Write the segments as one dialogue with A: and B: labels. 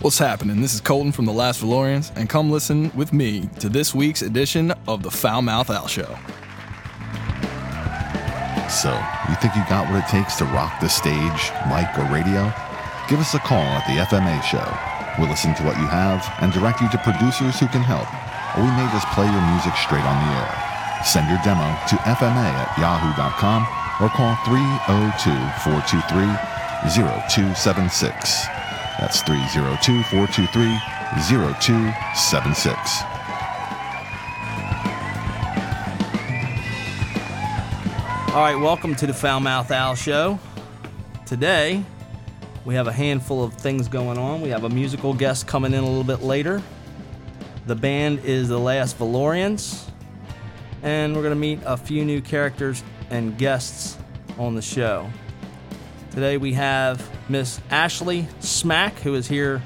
A: What's happening? This is Colton from The Last Valorians, and come listen with me to this week's edition of the Foul Mouth Owl Show.
B: So, you think you got what it takes to rock the stage, mic, or radio? Give us a call at the FMA show. We'll listen to what you have and direct you to producers who can help, or we may just play your music straight on the air. Send your demo to FMA at yahoo.com or call 302 423 0276. That's 302 423 0276.
C: All right, welcome to the Foul Mouth Owl Show. Today, we have a handful of things going on. We have a musical guest coming in a little bit later. The band is The Last Valorians. And we're going to meet a few new characters and guests on the show. Today, we have Miss Ashley Smack, who is here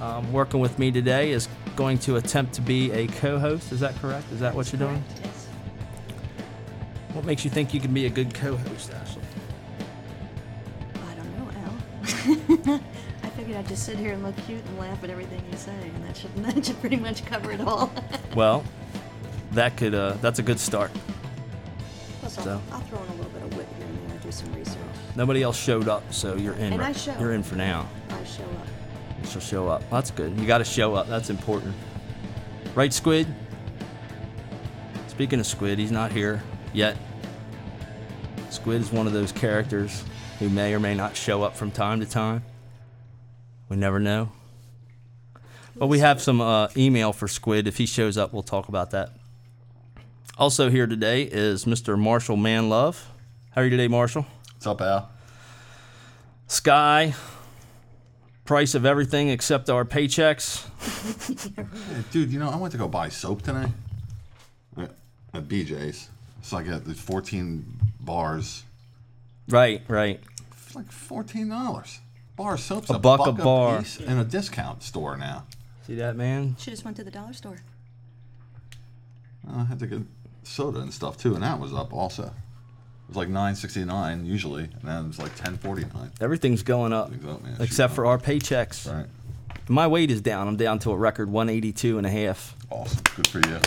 C: um, working with me today, is going to attempt to be a co host. Is that correct? Is that what you're doing? What makes you think you can be a good co-host, Ashley?
D: I don't know, Al. I figured I'd just sit here and look cute and laugh at everything you say, and that should, that should pretty much cover it all.
C: Well, that could uh, that's a good start.
D: Plus, I'll,
C: So.
D: I'll throw in a little bit of wit here and there, do some research.
C: Nobody else showed up, so you're in.
D: And
C: right-
D: I show.
C: You're in for now.
D: I'll show up.
C: She'll show up. That's good. You got to show up. That's important. Right, Squid? Speaking of Squid, he's not here yet. Squid is one of those characters who may or may not show up from time to time. We never know. But we have some uh, email for Squid. If he shows up, we'll talk about that. Also, here today is Mr. Marshall Manlove. How are you today, Marshall?
B: What's up, Al?
C: Sky, price of everything except our paychecks.
B: Dude, you know, I went to go buy soap tonight at, at BJ's. So I got the 14 bars,
C: Right, right.
B: it's like $14. Bar of soap's a,
C: buck a bar.
B: piece in a discount store now.
C: See that, man?
D: She just went to the dollar store.
B: I had to get soda and stuff too, and that was up also. It was like 9.69 usually, and then it was like 10.49.
C: Everything's going up
B: Everything's up, man.
C: except
B: Shoot.
C: for our paychecks.
B: Right.
C: My weight is down. I'm down to a record 182 and a half.
B: Awesome. Good for you.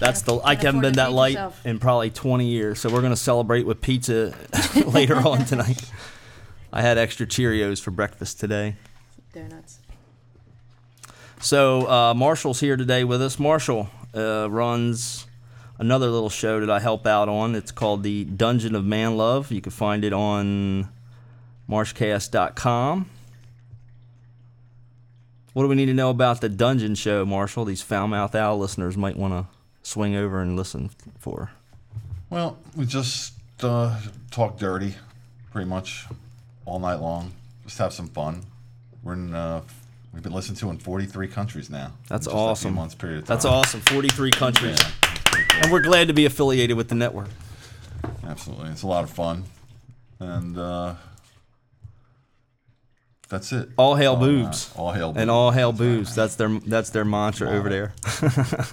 C: That's the I haven't
D: Can't afford
C: been
D: to
C: that
D: treat
C: light
D: yourself.
C: in probably 20 years. So we're gonna celebrate with pizza later on tonight. I had extra Cheerios for breakfast today.
D: Donuts.
C: So uh, Marshall's here today with us. Marshall uh, runs another little show that I help out on. It's called the Dungeon of Man Love. You can find it on marshcast.com. What do we need to know about the Dungeon Show, Marshall? These foul mouth owl listeners might want to swing over and listen for.
B: Well, we just uh, talk dirty, pretty much, all night long. Just have some fun. We're in. Uh, we've been listened to in 43 countries now.
C: That's
B: in just A
C: awesome.
B: few months period. Of time.
C: That's awesome. 43 countries.
B: Yeah,
C: And we're glad to be affiliated with the network.
B: absolutely. It's a lot of fun, and uh, that's it.
C: All hail
B: That's I
C: boobs.
B: got. Oh, All hail boobs.
C: and all hail boobs. That's their that's their mantra over there.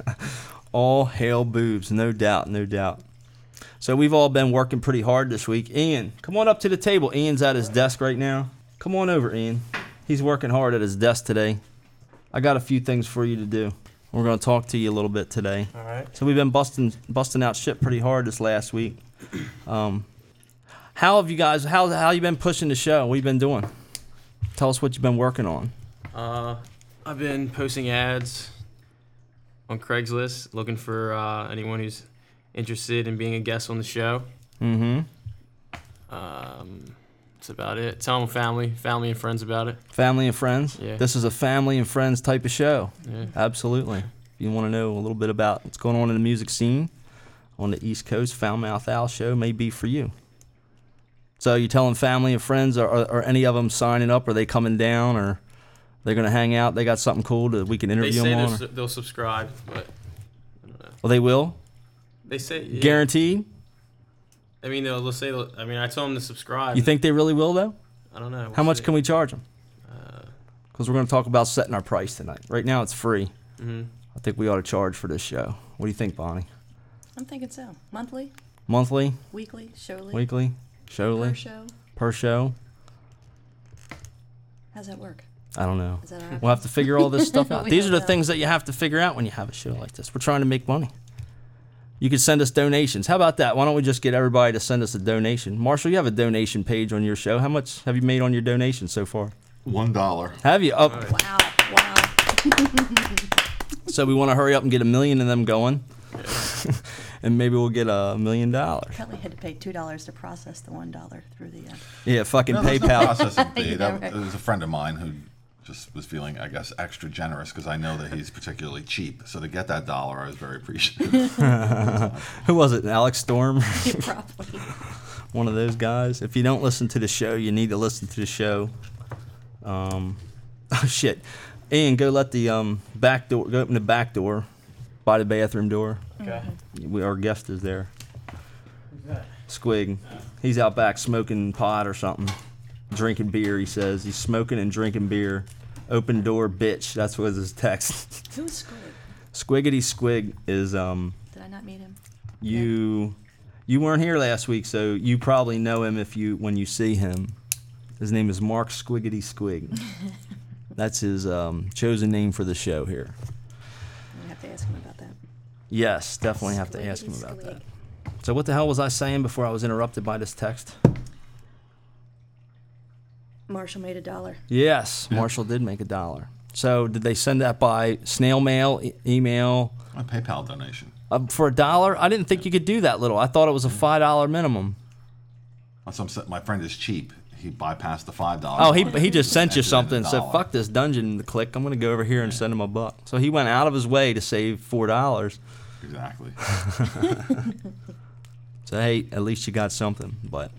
C: all hail boobs, no doubt, no doubt. So we've all been working pretty hard this week. Ian, come on up to the table. Ian's at his desk right now. Come on over, Ian. He's working hard at his desk today. I got a few things for you to do. We're going to talk to you a little bit today. All right. So we've been busting busting out shit pretty hard this last week. Um, how have you guys? How how you been pushing the show? What you been doing? Tell us what you've been working on.
E: Uh, I've been posting ads on Craigslist looking for uh, anyone who's interested in being a guest on the show.
C: Mm-hmm.
E: Um, that's about it. Tell them family, family and friends about it.
C: Family and friends.
E: Yeah.
C: This is a family and friends type of show.
E: Yeah.
C: Absolutely. If you want to know a little bit about what's going on in the music scene on the East Coast, Foul Mouth Owl show may be for you. So you telling family and friends, are, are, are any of them signing up? Are they coming down, or they're gonna hang out? They got something cool that we can
E: They
C: interview them
E: say they'll,
C: on. or-
E: su- they'll subscribe, but I don't know.
C: well, they will.
E: They say yeah.
C: Guaranteed.
E: I mean, they'll, they'll say. They'll, I mean, I told them to subscribe.
C: You think they really will though?
E: I don't know.
C: How much can we charge them?
E: Uh,
C: Because we're gonna talk about setting our price tonight. Right now, it's free.
E: hmm
C: I think we ought to charge for this show. What do you think, Bonnie?
D: I'm thinking so. Monthly,
C: Monthly,
D: weekly, showly,
C: weekly,
D: per
C: showly,
D: show.
C: per show.
D: How's that work?
C: I don't know.
D: Is that our
C: We'll have to figure all this stuff out.
D: We
C: These are
D: don't
C: the
D: know.
C: things that you have to figure out when you have a show like this. We're trying to make money. You could send us donations. How about that? Why don't we just get everybody to send us a donation? Marshall, you have a donation page on your show. How much have you made on your donation so far?
B: One dollar.
C: Have you Oh, up?
D: Wow, wow.
C: So we want to hurry up and get a million of them going, and maybe we'll get a million dollars.
D: Kelly had to pay two dollars to process the one dollar through the. Uh,
C: Yeah, fucking
B: No, there's no
C: PayPal.
B: processing fee.
D: Yeah,
B: That,
D: right.
B: There was a friend of mine who just was feeling, I guess, extra generous because I know that he's particularly cheap. So to get that dollar, I was very appreciative.
C: Who was it? Alex Storm.
D: probably.
C: one of those guys. If you don't listen to the show, you need to listen to the show. Um, oh shit, Ian, go let the um, back door. Go open the back door by the bathroom door.
E: Okay.
C: We, our guest is there. Squig, he's out back smoking pot or something, drinking beer. He says he's smoking and drinking beer. Open door, bitch. That's what his text.
D: Who's Squid?
C: Squiggity Squig is um.
D: Did I not meet him?
C: You you weren't here last week, so you probably know him if you when you see him. His name is Mark Squiggity Squig. That's his um, chosen name for the show here.
D: I'm gonna have to ask him about that.
C: Yes, definitely have to ask him
D: Squiggity
C: about that.
D: Squig.
C: So what the hell was I saying before I was interrupted by this text?
D: Marshall made a dollar.
C: Yes, Marshall did make a dollar. So did they send that by snail mail, e- email?
B: a PayPal donation.
C: Um, for a dollar? I didn't think you could do that little. I thought it was a five dollar minimum.
B: That's what I'm saying. My friend is cheap. He bypassed the $5.
C: Oh, he,
B: line.
C: he just sent
B: Entered in
C: you
B: a
C: something. Said,
B: dollar.
C: fuck this dungeon click. I'm going to go over here and send him a buck. So he went out of his way to save $4.
B: Exactly.
C: So, hey, at least you got something. But,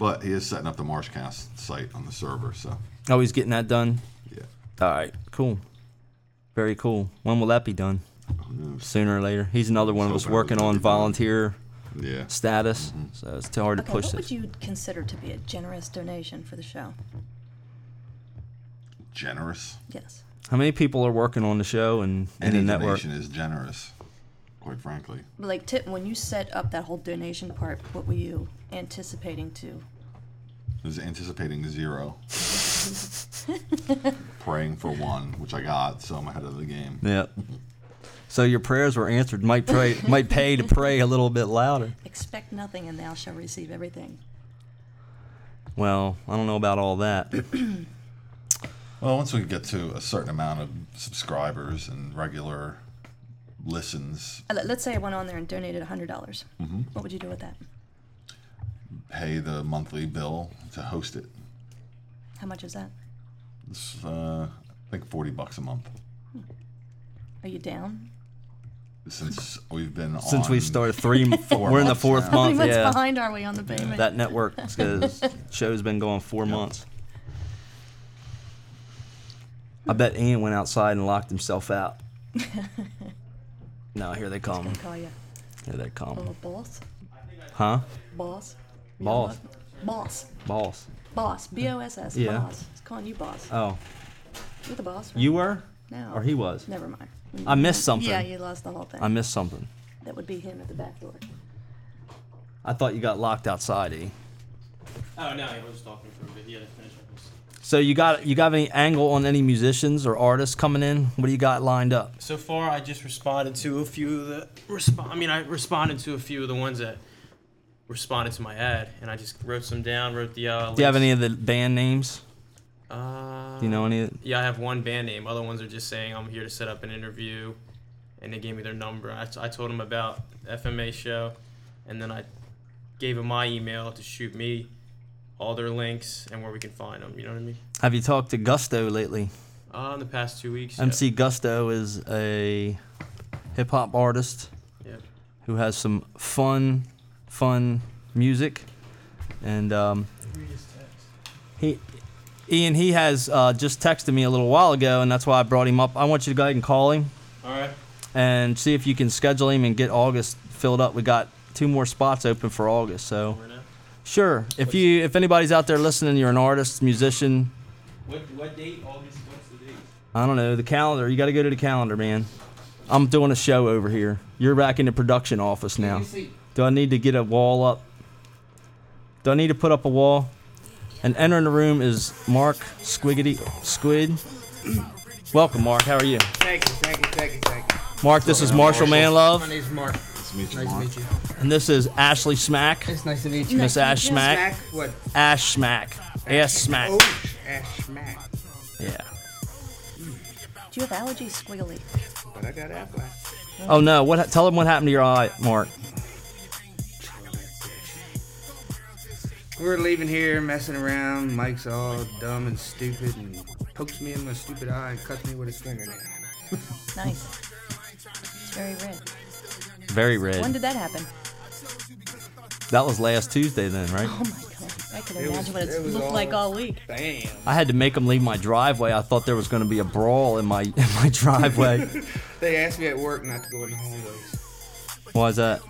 B: But he is setting up the Marshcast site on the server. So,
C: oh, he's getting that done?
B: yeah.
C: All right. Cool. Very cool. When will that be done? Sooner or later. He's another one of
B: Let's
C: us
B: hope it was
C: working
B: gonna
C: on
B: be done.
C: volunteer
B: Yeah.
C: status.
B: Mm-hmm.
C: So it's too hard to
D: Okay,
C: push
D: what
C: this.
D: would you consider to be a generous donation for the show?
B: Generous.
D: Yes.
C: How many people are working on the show and in
B: Any
C: the network?
B: donation is generous, quite frankly.
D: Like, Tip, when you set up that whole donation part, what were you anticipating to?
B: I was anticipating zero, praying for one, which I got, so I'm ahead of the game.
C: Yep.
B: Mm-hmm.
C: So your prayers were answered. Might pray, might pay to pray a little bit louder.
D: Expect nothing and thou shalt receive everything.
C: Well, I don't know about all that.
B: Well, once we get to a certain amount of subscribers and regular listens,
D: Uh, let- Let's say I went on there and donated $100. dollars
C: Mm-hmm.
D: What would you do with that?
B: pay the monthly bill to host it.
D: How much is that?
B: It's, uh, I think 40 bucks a month.
D: Are you down?
B: Since we've been
C: Since we
B: on-
C: started three,
B: Four
C: we're in the
B: months
C: fourth
B: now.
D: How many
C: month.
D: months
C: Uh, Yeah,
D: behind are we on the payment?
C: that network is- show's been going four months. I bet Ian went outside and locked himself out. no, here they come.
D: Call you
C: Here they come.
D: little boss,
C: Huh?
D: boss, You know
C: Boss.
D: what? boss,
C: Boss.
D: boss, B O S S,
C: Yeah.
D: boss. He's calling you boss.
C: Oh,
D: You're the boss. Right?
C: you were?
D: No.
C: Or he was?
D: Never mind.
C: I missed something.
D: Yeah, you lost the whole thing.
C: I missed something.
D: that would be him at the back door.
C: I thought you got locked outside, E.
E: Oh no, he was just talking for a bit. He had to finish up his-
C: So you got you got any angle on any musicians or artists coming in? What do you got lined up?
E: So far, I just responded to a few of the resp- I mean, I responded to a few of the ones that responded to my ad, and I just wrote some down. Wrote the. Uh,
C: Do you have any
E: links.
C: of the band names?
E: Uh,
C: Do you know any?
E: Yeah, I have one band name. Other ones are just saying I'm here to set up an interview, and they gave me their number. I, I told them about FMA show, and then I gave them my email to shoot me all their links and where we can find them. You know what I mean?
C: Have you talked to Gusto lately?
E: Uh, in the past two weeks.
C: MC Gusto is a hip hop artist
E: Yeah. yeah.
C: who has some fun, fun music, and um, he, Ian, he has uh, just texted me a little while ago, and that's why I brought him up. I want you to go ahead and call him
E: All right.
C: and see if you can schedule him and get August filled up. We got two more spots open for August, so
E: We're now.
C: sure. If you, if anybody's out there listening, you're an artist, musician.
E: What what date? August. What's the date?
C: I don't know. The calendar. You got to go to the calendar, man. I'm doing a show over here. You're back in the production office now. Do I need to get a wall up? Do I need to put up a wall? And entering the room is Mark Squiggity Squid. Welcome, Mark. How are you?
F: Thank you, thank you, thank you, thank you.
C: Mark, this is Marshall
F: My
C: Manlove,
F: name's Mark.
B: meet you,
F: nice
B: Mark.
F: to meet you.
C: and this is Ashley Smack.
F: It's nice to meet you.
C: Miss Ash Smack.
F: Smack. What?
C: Ash Smack. Ash Smack.
F: Oh, Ash Smack.
C: Yeah.
D: Do you have allergies, Squiggly?
F: But I got apple.
C: Oh no! What? ha- Tell him what happened to your eye, Mark.
F: We're leaving here, messing around. Mike's all dumb and stupid and pokes me in my stupid eye and cuts me with his fingernail.
D: Nice. It's very red.
C: Very
D: When
C: red.
D: did that happen?
C: That was last Tuesday, then, right?
D: Oh my god. I can
F: It
D: imagine
F: was-
D: what it's
F: it was
D: looked like all week.
F: Bam.
C: I had to make them leave my driveway. I thought there was going to be a brawl in my in my driveway.
F: They asked me at work not to go in the hallways.
C: Why is that?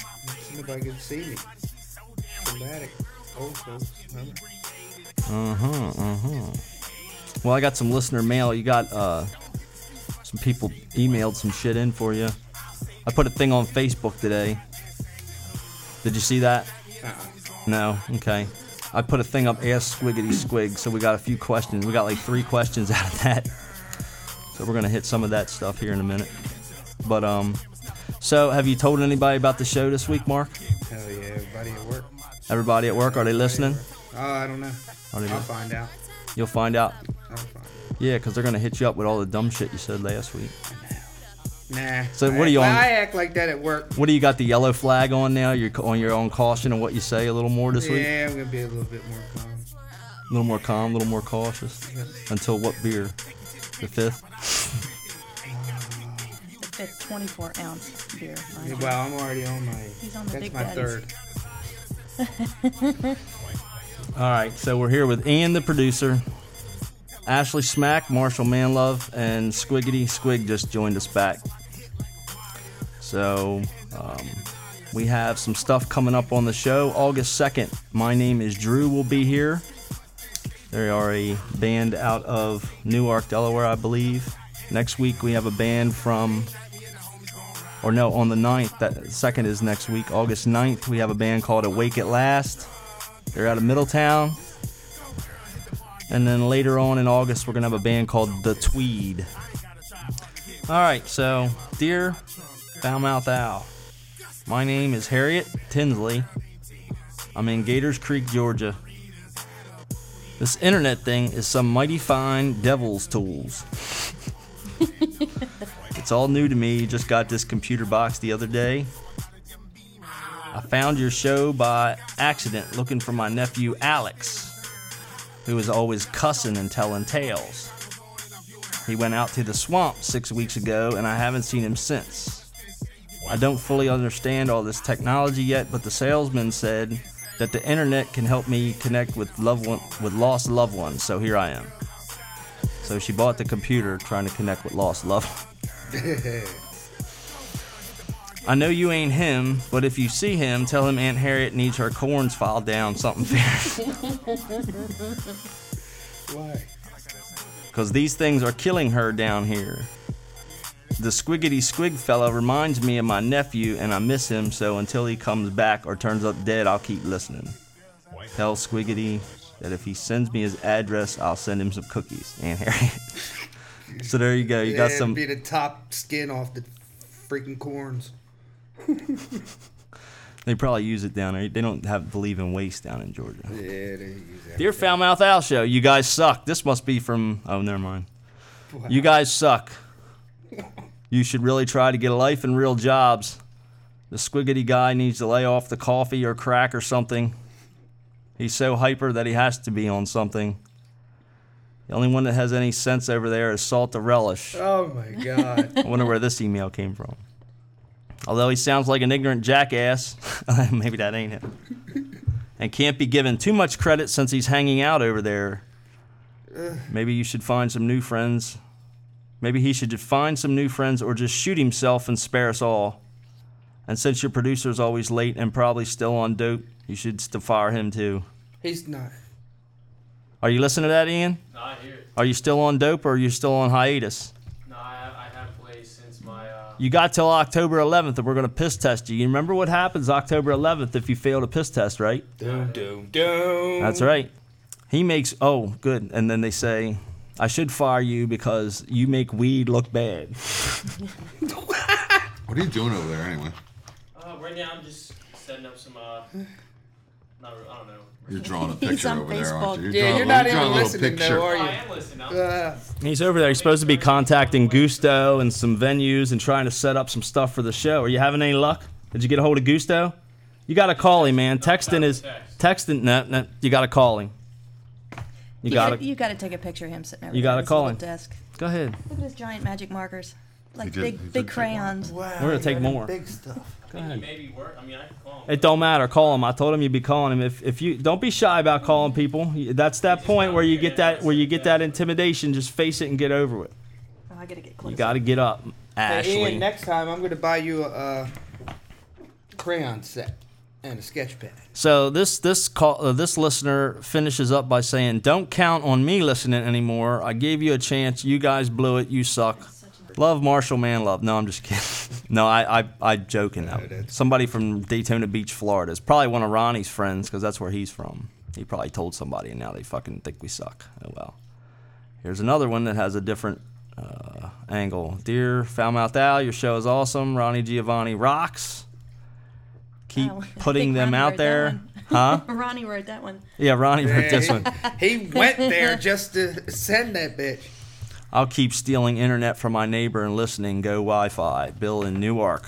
F: Nobody could see me. Traumatic. Old folks. remember?
C: Well, I got some listener mail. You got uh, some people emailed some shit in for you. I put a thing on Facebook today. Did you see that? No. Okay. I put a thing up, ask Squiggity Squig. So we got a few questions. We got like three questions out of that. So we're gonna hit some of that stuff here in a minute. But um, so have you told anybody about the show this week, Mark?
F: Hell yeah, everybody at work.
C: Everybody at work, are they listening?
F: Oh, I don't know.
C: Are they
F: I'll
C: listening?
F: find out.
C: You'll find out.
F: I'll find out.
C: Yeah, because they're gonna hit you up with all the dumb shit you said last week.
F: Nah.
C: So what
F: I-
C: are you on?
F: I act like that at work.
C: What do you got the yellow flag on now? You're c- on your own caution and what you say a little more this week.
F: Yeah, I'm gonna be a little bit more calm.
C: A little more calm, a little more cautious. Until what beer? The fifth.
D: The fifth 24 ounce beer.
F: Yeah,
D: Mine.
F: Well, I'm already on my.
D: He's on the
F: that's
D: big
F: my
D: daddies.
F: third.
C: All right, so we're here with Ian, the producer, Ashley Smack, Marshall Manlove, and Squiggity Squig just joined us back. So um, we have some stuff coming up on the show. August 2nd, my name is Drew, will be here. They are a band out of Newark, Delaware, I believe. Next week, we have a band from, or no, on the 9th, that second is next week, August 9th, we have a band called Awake at Last. They're out of Middletown. And then later on in August, we're going to have a band called The Tweed. All right, so, dear Foulmouth Owl, my name is Harriet Tinsley. I'm in Gators Creek, Georgia. This internet thing is some mighty fine devil's tools. it's all new to me. Just got this computer box the other day. I found your show by accident looking for my nephew Alex, who is always cussing and telling tales. He went out to the swamp six weeks ago, and I haven't seen him since. I don't fully understand all this technology yet, but the salesman said that the internet can help me connect with loved one, with lost loved ones, so here I am. So she bought the computer trying to connect with lost loved ones. I know you ain't him, but if you see him, tell him Aunt Harriet needs her corns filed down something fair.
F: Why?
C: Because these things are killing her down here. The squiggity squig fellow reminds me of my nephew, and I miss him, so until he comes back or turns up dead, I'll keep listening. Tell Squiggity that if he sends me his address, I'll send him some cookies, Aunt Harriet. so there you go. You got
F: Yeah,
C: some.
F: Be the top skin off the freaking corns.
C: They probably use it down there. They don't have believe in waste down in Georgia.
F: Yeah, they use that.
C: Dear Foulmouth Owl Show, you guys suck. This must be from. Oh, never mind. You guys suck. You should really try to get a life and real jobs. The squiggity guy needs to lay off the coffee or crack or something. He's so hyper that he has to be on something. The only one that has any sense over there is Salt the Relish.
F: Oh my god.
C: I wonder where this email came from. Although he sounds like an ignorant jackass, maybe that ain't him. And can't be given too much credit since he's hanging out over there. Maybe you should find some new friends. Maybe he should find some new friends or just shoot himself and spare us all. And since your producer's always late and probably still on dope, you should st- fire him too.
F: He's not.
C: Are you listening to that, Ian?
E: No, I hear it.
C: Are you still on dope or are you still on hiatus?
E: No, I have, I have played since my. Uh,
C: You got till October 11th, and we're going to piss test you. You remember what happens October 11th if you fail to piss test, right?
F: Doom, doom, doom.
C: That's right. He makes oh good, and then they say, "I should fire you because you make weed look bad."
B: What are you doing over there anyway?
E: Uh, right now, I'm just setting up some. Uh, not, re- I don't know.
B: You're drawing a
D: He's
B: picture
D: on
B: over there, aren't you? You're
D: Facebook.
G: Yeah,
B: drawing,
G: you're not
B: you're drawing
G: even
B: a little
G: listening
B: picture.
G: though, are
E: Oh, I
G: you?
E: am listening. I'm,
F: Uh,
C: He's over there. He's supposed to be contacting Gusto and some venues and trying to set up some stuff for the show. Are you having any luck? Did you get a hold of Gusto? You got to call him, man. Texting is texting. No, no, you got to call him. You
D: You
C: got
D: gotta,
C: to
D: you gotta take a picture of him sitting over
C: You
D: there
C: gotta
D: at his
C: call
D: little
C: him.
D: desk.
C: go ahead.
D: Look at his giant magic markers, like
B: did- he
D: big
B: did
D: big
B: take
D: crayons.
F: wow,
C: We're gonna take
F: you're
C: more.
F: Big stuff.
C: Go ahead.
E: Maybe work. I mean, I can call him.
C: It don't matter. Call him. I told him you'd be calling him. If, if you don't be shy about calling people, that's that point where you get that where you get that intimidation. Just face it and get over it.
D: Oh, I gotta get close.
C: You got to get up,
F: Hey,
C: Ashley.
F: Ian, next time I'm gonna buy you a uh, crayon set and a sketch pad.
C: So this this call uh, this listener finishes up by saying, "Don't count on me listening anymore. I gave you a chance. You guys blew it. You suck." Love Marshall Man love. No, I'm just kidding. no, I I I joking now.
F: that's-
C: Somebody from Daytona Beach, Florida. It's probably one of Ronnie's friends because that's where he's from. He probably told somebody, and now they fucking think we suck. Oh well. Here's another one that has a different uh, angle. Dear Foulmouth Al, your show is awesome. Ronnie Giovanni rocks. Keep
D: Wow. I
C: putting
D: think
C: them
D: Ronnie
C: out
D: wrote that
C: there.
D: one.
C: Huh?
D: Ronnie wrote that one.
C: Yeah, Ronnie wrote this one.
F: He went there just to send that bitch.
C: I'll keep stealing internet from my neighbor and listening. Go Wi Fi. Bill in Newark.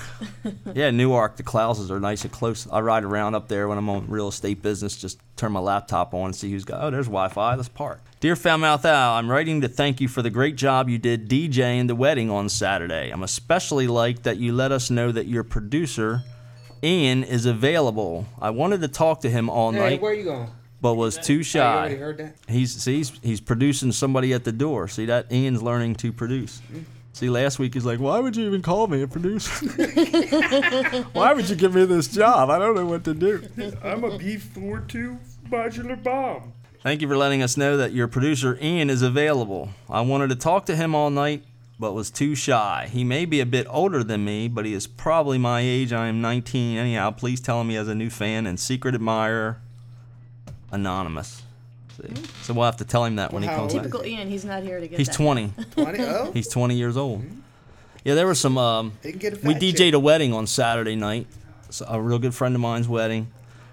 C: yeah, Newark. The Clouses are nice and close. I ride around up there when I'm on real estate business. Just turn my laptop on and see who's got. Oh, there's Wi Fi. Let's park. Dear Foulmouth Al, I'm writing to thank you for the great job you did DJing the wedding on Saturday. I'm especially like that you let us know that your producer, Ian, is available. I wanted to talk to him all
F: Hey,
C: night,
F: where you going?
C: but was too
F: Hey, you
C: shy.
F: already heard that?
C: He's see, he's he's producing somebody at the door. See that Ian's learning to produce. See, last week he's like, "Why would you even call me a producer? Why would you give me this job? I don't know what to do."
H: I'm a B42 modular bomb.
C: Thank you for letting us know that your producer Ian is available. I wanted to talk to him all night, but was too shy. He may be a bit older than me, but he is probably my age. I am 19. Anyhow, please tell him he has a new fan and secret admirer, anonymous. See? So we'll have to tell him that when he
F: How
C: comes.
F: old
C: back.
F: is
D: Typical Ian. He's not here to get
C: He's
D: that.
C: 20.
F: 20? Oh,
C: He's 20 years old. Yeah, there was some. Um,
F: They Hmm? can get a
C: we
F: fat
C: DJ'd
F: chick.
C: a wedding on Saturday night. So a real good friend of mine's wedding,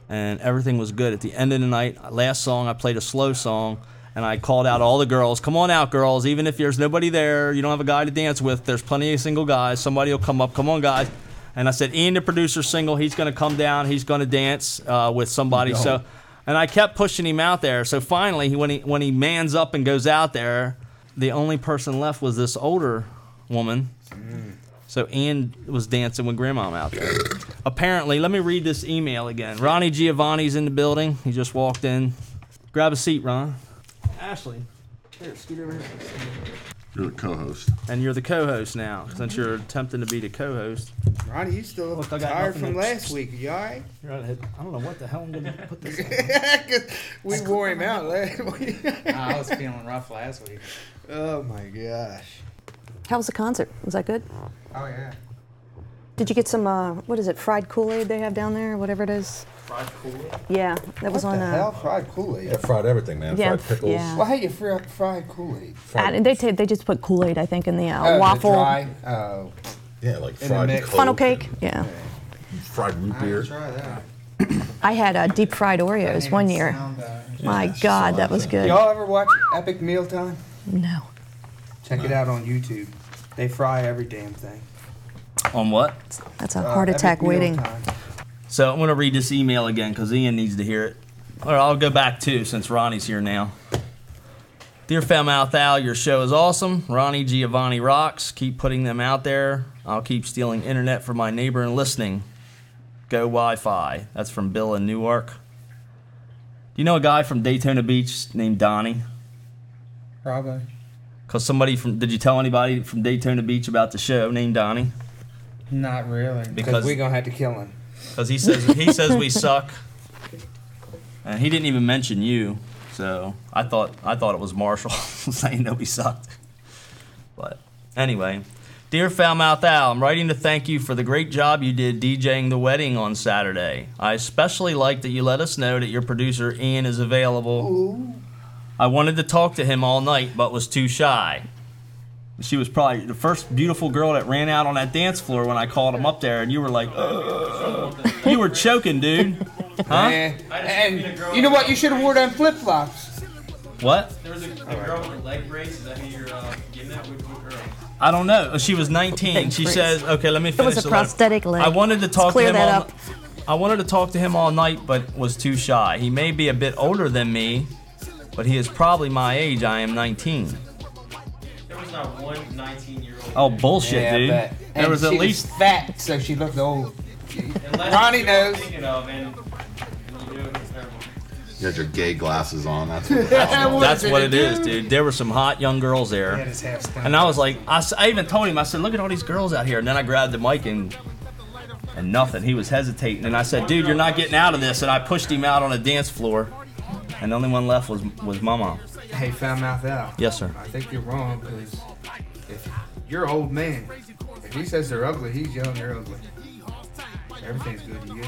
C: and everything was good. At the end of the night, last song I played a slow song, and I called out all the girls, "Come on out, girls! Even if there's nobody there, you don't have a guy to dance with. There's plenty of single guys. Somebody will come up. Come on, guys!" And I said, "Ian, the producer's single. He's gonna come down. He's gonna dance uh, with somebody." So, and I kept pushing him out there. So finally, he, when he when he mans up and goes out there, the only person left was this older woman. So Ann was dancing with Grandma out there. Apparently, let me read this email again. Ronnie Giovanni's in the building. He just walked in. Grab a seat, Ron. Ashley, here, scoot over here.
B: You're the co-host.
C: And you're the co-host now, since you're attempting to be the co-host.
F: Ronnie, you still
C: Look, I got
F: tired
C: nothing
F: from
C: to-
F: last week. You alright?
C: You're out of head. I don't know what the hell I'm gonna put this. on.
F: 'Cause we wore him out last week.
G: I was feeling rough last week.
F: oh my gosh.
I: How was the concert? Was that good?
F: Oh yeah.
I: Did you get some, uh, what is it, fried Kool Aid they have down there, or whatever it is?
E: Fried cool.
I: Yeah, that was
F: What
I: on.
F: the
I: uh,
F: hell? Fried Kool-Aid.
J: fried everything, man.
I: Yeah,
J: Fried pickles.
I: yeah.
F: Why you fri- fried Kool-Aid?
I: I- Uh, they, ta- they just put Kool Aid, I think, in the
F: Oh,
I: uh,
F: the
I: waffle.
F: dry- Oh,
J: Yeah, like
F: In a
J: fried
F: mix.
J: Coke
I: Funnel
J: and
I: cake? Yeah.
J: Fried root
F: I
J: beer.
F: can try that.
I: I had uh, deep fried Oreos one year. My God, that was good.
F: Y'all ever watch Epic Mealtime?
I: No.
F: Check it out on YouTube. They fry every damn thing.
C: on what?
I: That's a
F: Uh,
I: heart
F: Epic
I: attack waiting.
F: Mealtime.
C: So I'm gonna read this email again because Ian needs to hear it. Or I'll go back too since Ronnie's here now. Dear Foulmouth Al, your show is awesome. Ronnie Giovanni rocks. Keep putting them out there. I'll keep stealing internet from my neighbor and listening. Go Wi-Fi. That's from Bill in Newark. Do you know a guy from Daytona Beach named Donnie?
F: Probably.
C: Cause somebody from did you tell anybody from Daytona Beach about the show named Donnie?
G: Not really.
F: Because we're gonna have to kill him.
C: because he says he says we suck, and he didn't even mention you. So I thought I thought it was Marshall saying that we sucked. But anyway, dear Foulmouth Al, I'm writing to thank you for the great job you did DJing the wedding on Saturday. I especially like that you let us know that your producer Ian is available. I wanted to talk to him all night, but was too shy. She was probably the first beautiful girl that ran out on that dance floor when I called him up there, and you were like, "Ugh." you were choking, dude. Huh?
G: Eh, and you know what? You should have worn them flip flops.
C: What?
E: There was a, a girl with leg brace. Is that who you're uh, getting at? Which which girl?
C: I don't know. She was 19. She says, "Okay, let me
I: It
C: finish."
I: was a
C: the letter.
I: prosthetic leg.
C: I wanted to
I: Let's
C: talk
I: clear
C: to him
I: that
C: all.
I: up.
C: I wanted to talk to him all night, but was too shy. He may be a bit older than me, but he is probably my age. I am 19.
E: There was not one 19-year-old.
C: Oh bullshit,
G: Yeah, I
C: dude!
G: bet.
C: There
G: And
C: was at
G: she
C: least
G: fat, so she looked old.
E: Unless
G: Ronnie
E: you know what I'm
G: knows.
E: Thinking of, and you do, it's terrible.
B: You had your gay glasses on. That's what the problem was.
C: that's what it is, dude. There were some hot young girls there.
G: That is half stone.
C: And I was like, I, s- I even told him, I said, look at all these girls out here. And then I grabbed the mic and and nothing. He was hesitating. And I said, dude, you're not getting out of this. And I pushed him out on a dance floor. And the only one left was was Mama.
F: Hey, foul mouth out.
C: Yes, sir.
F: I think you're wrong because if you're an old man, if he says they're ugly, he's young. They're ugly. Everything's good to you.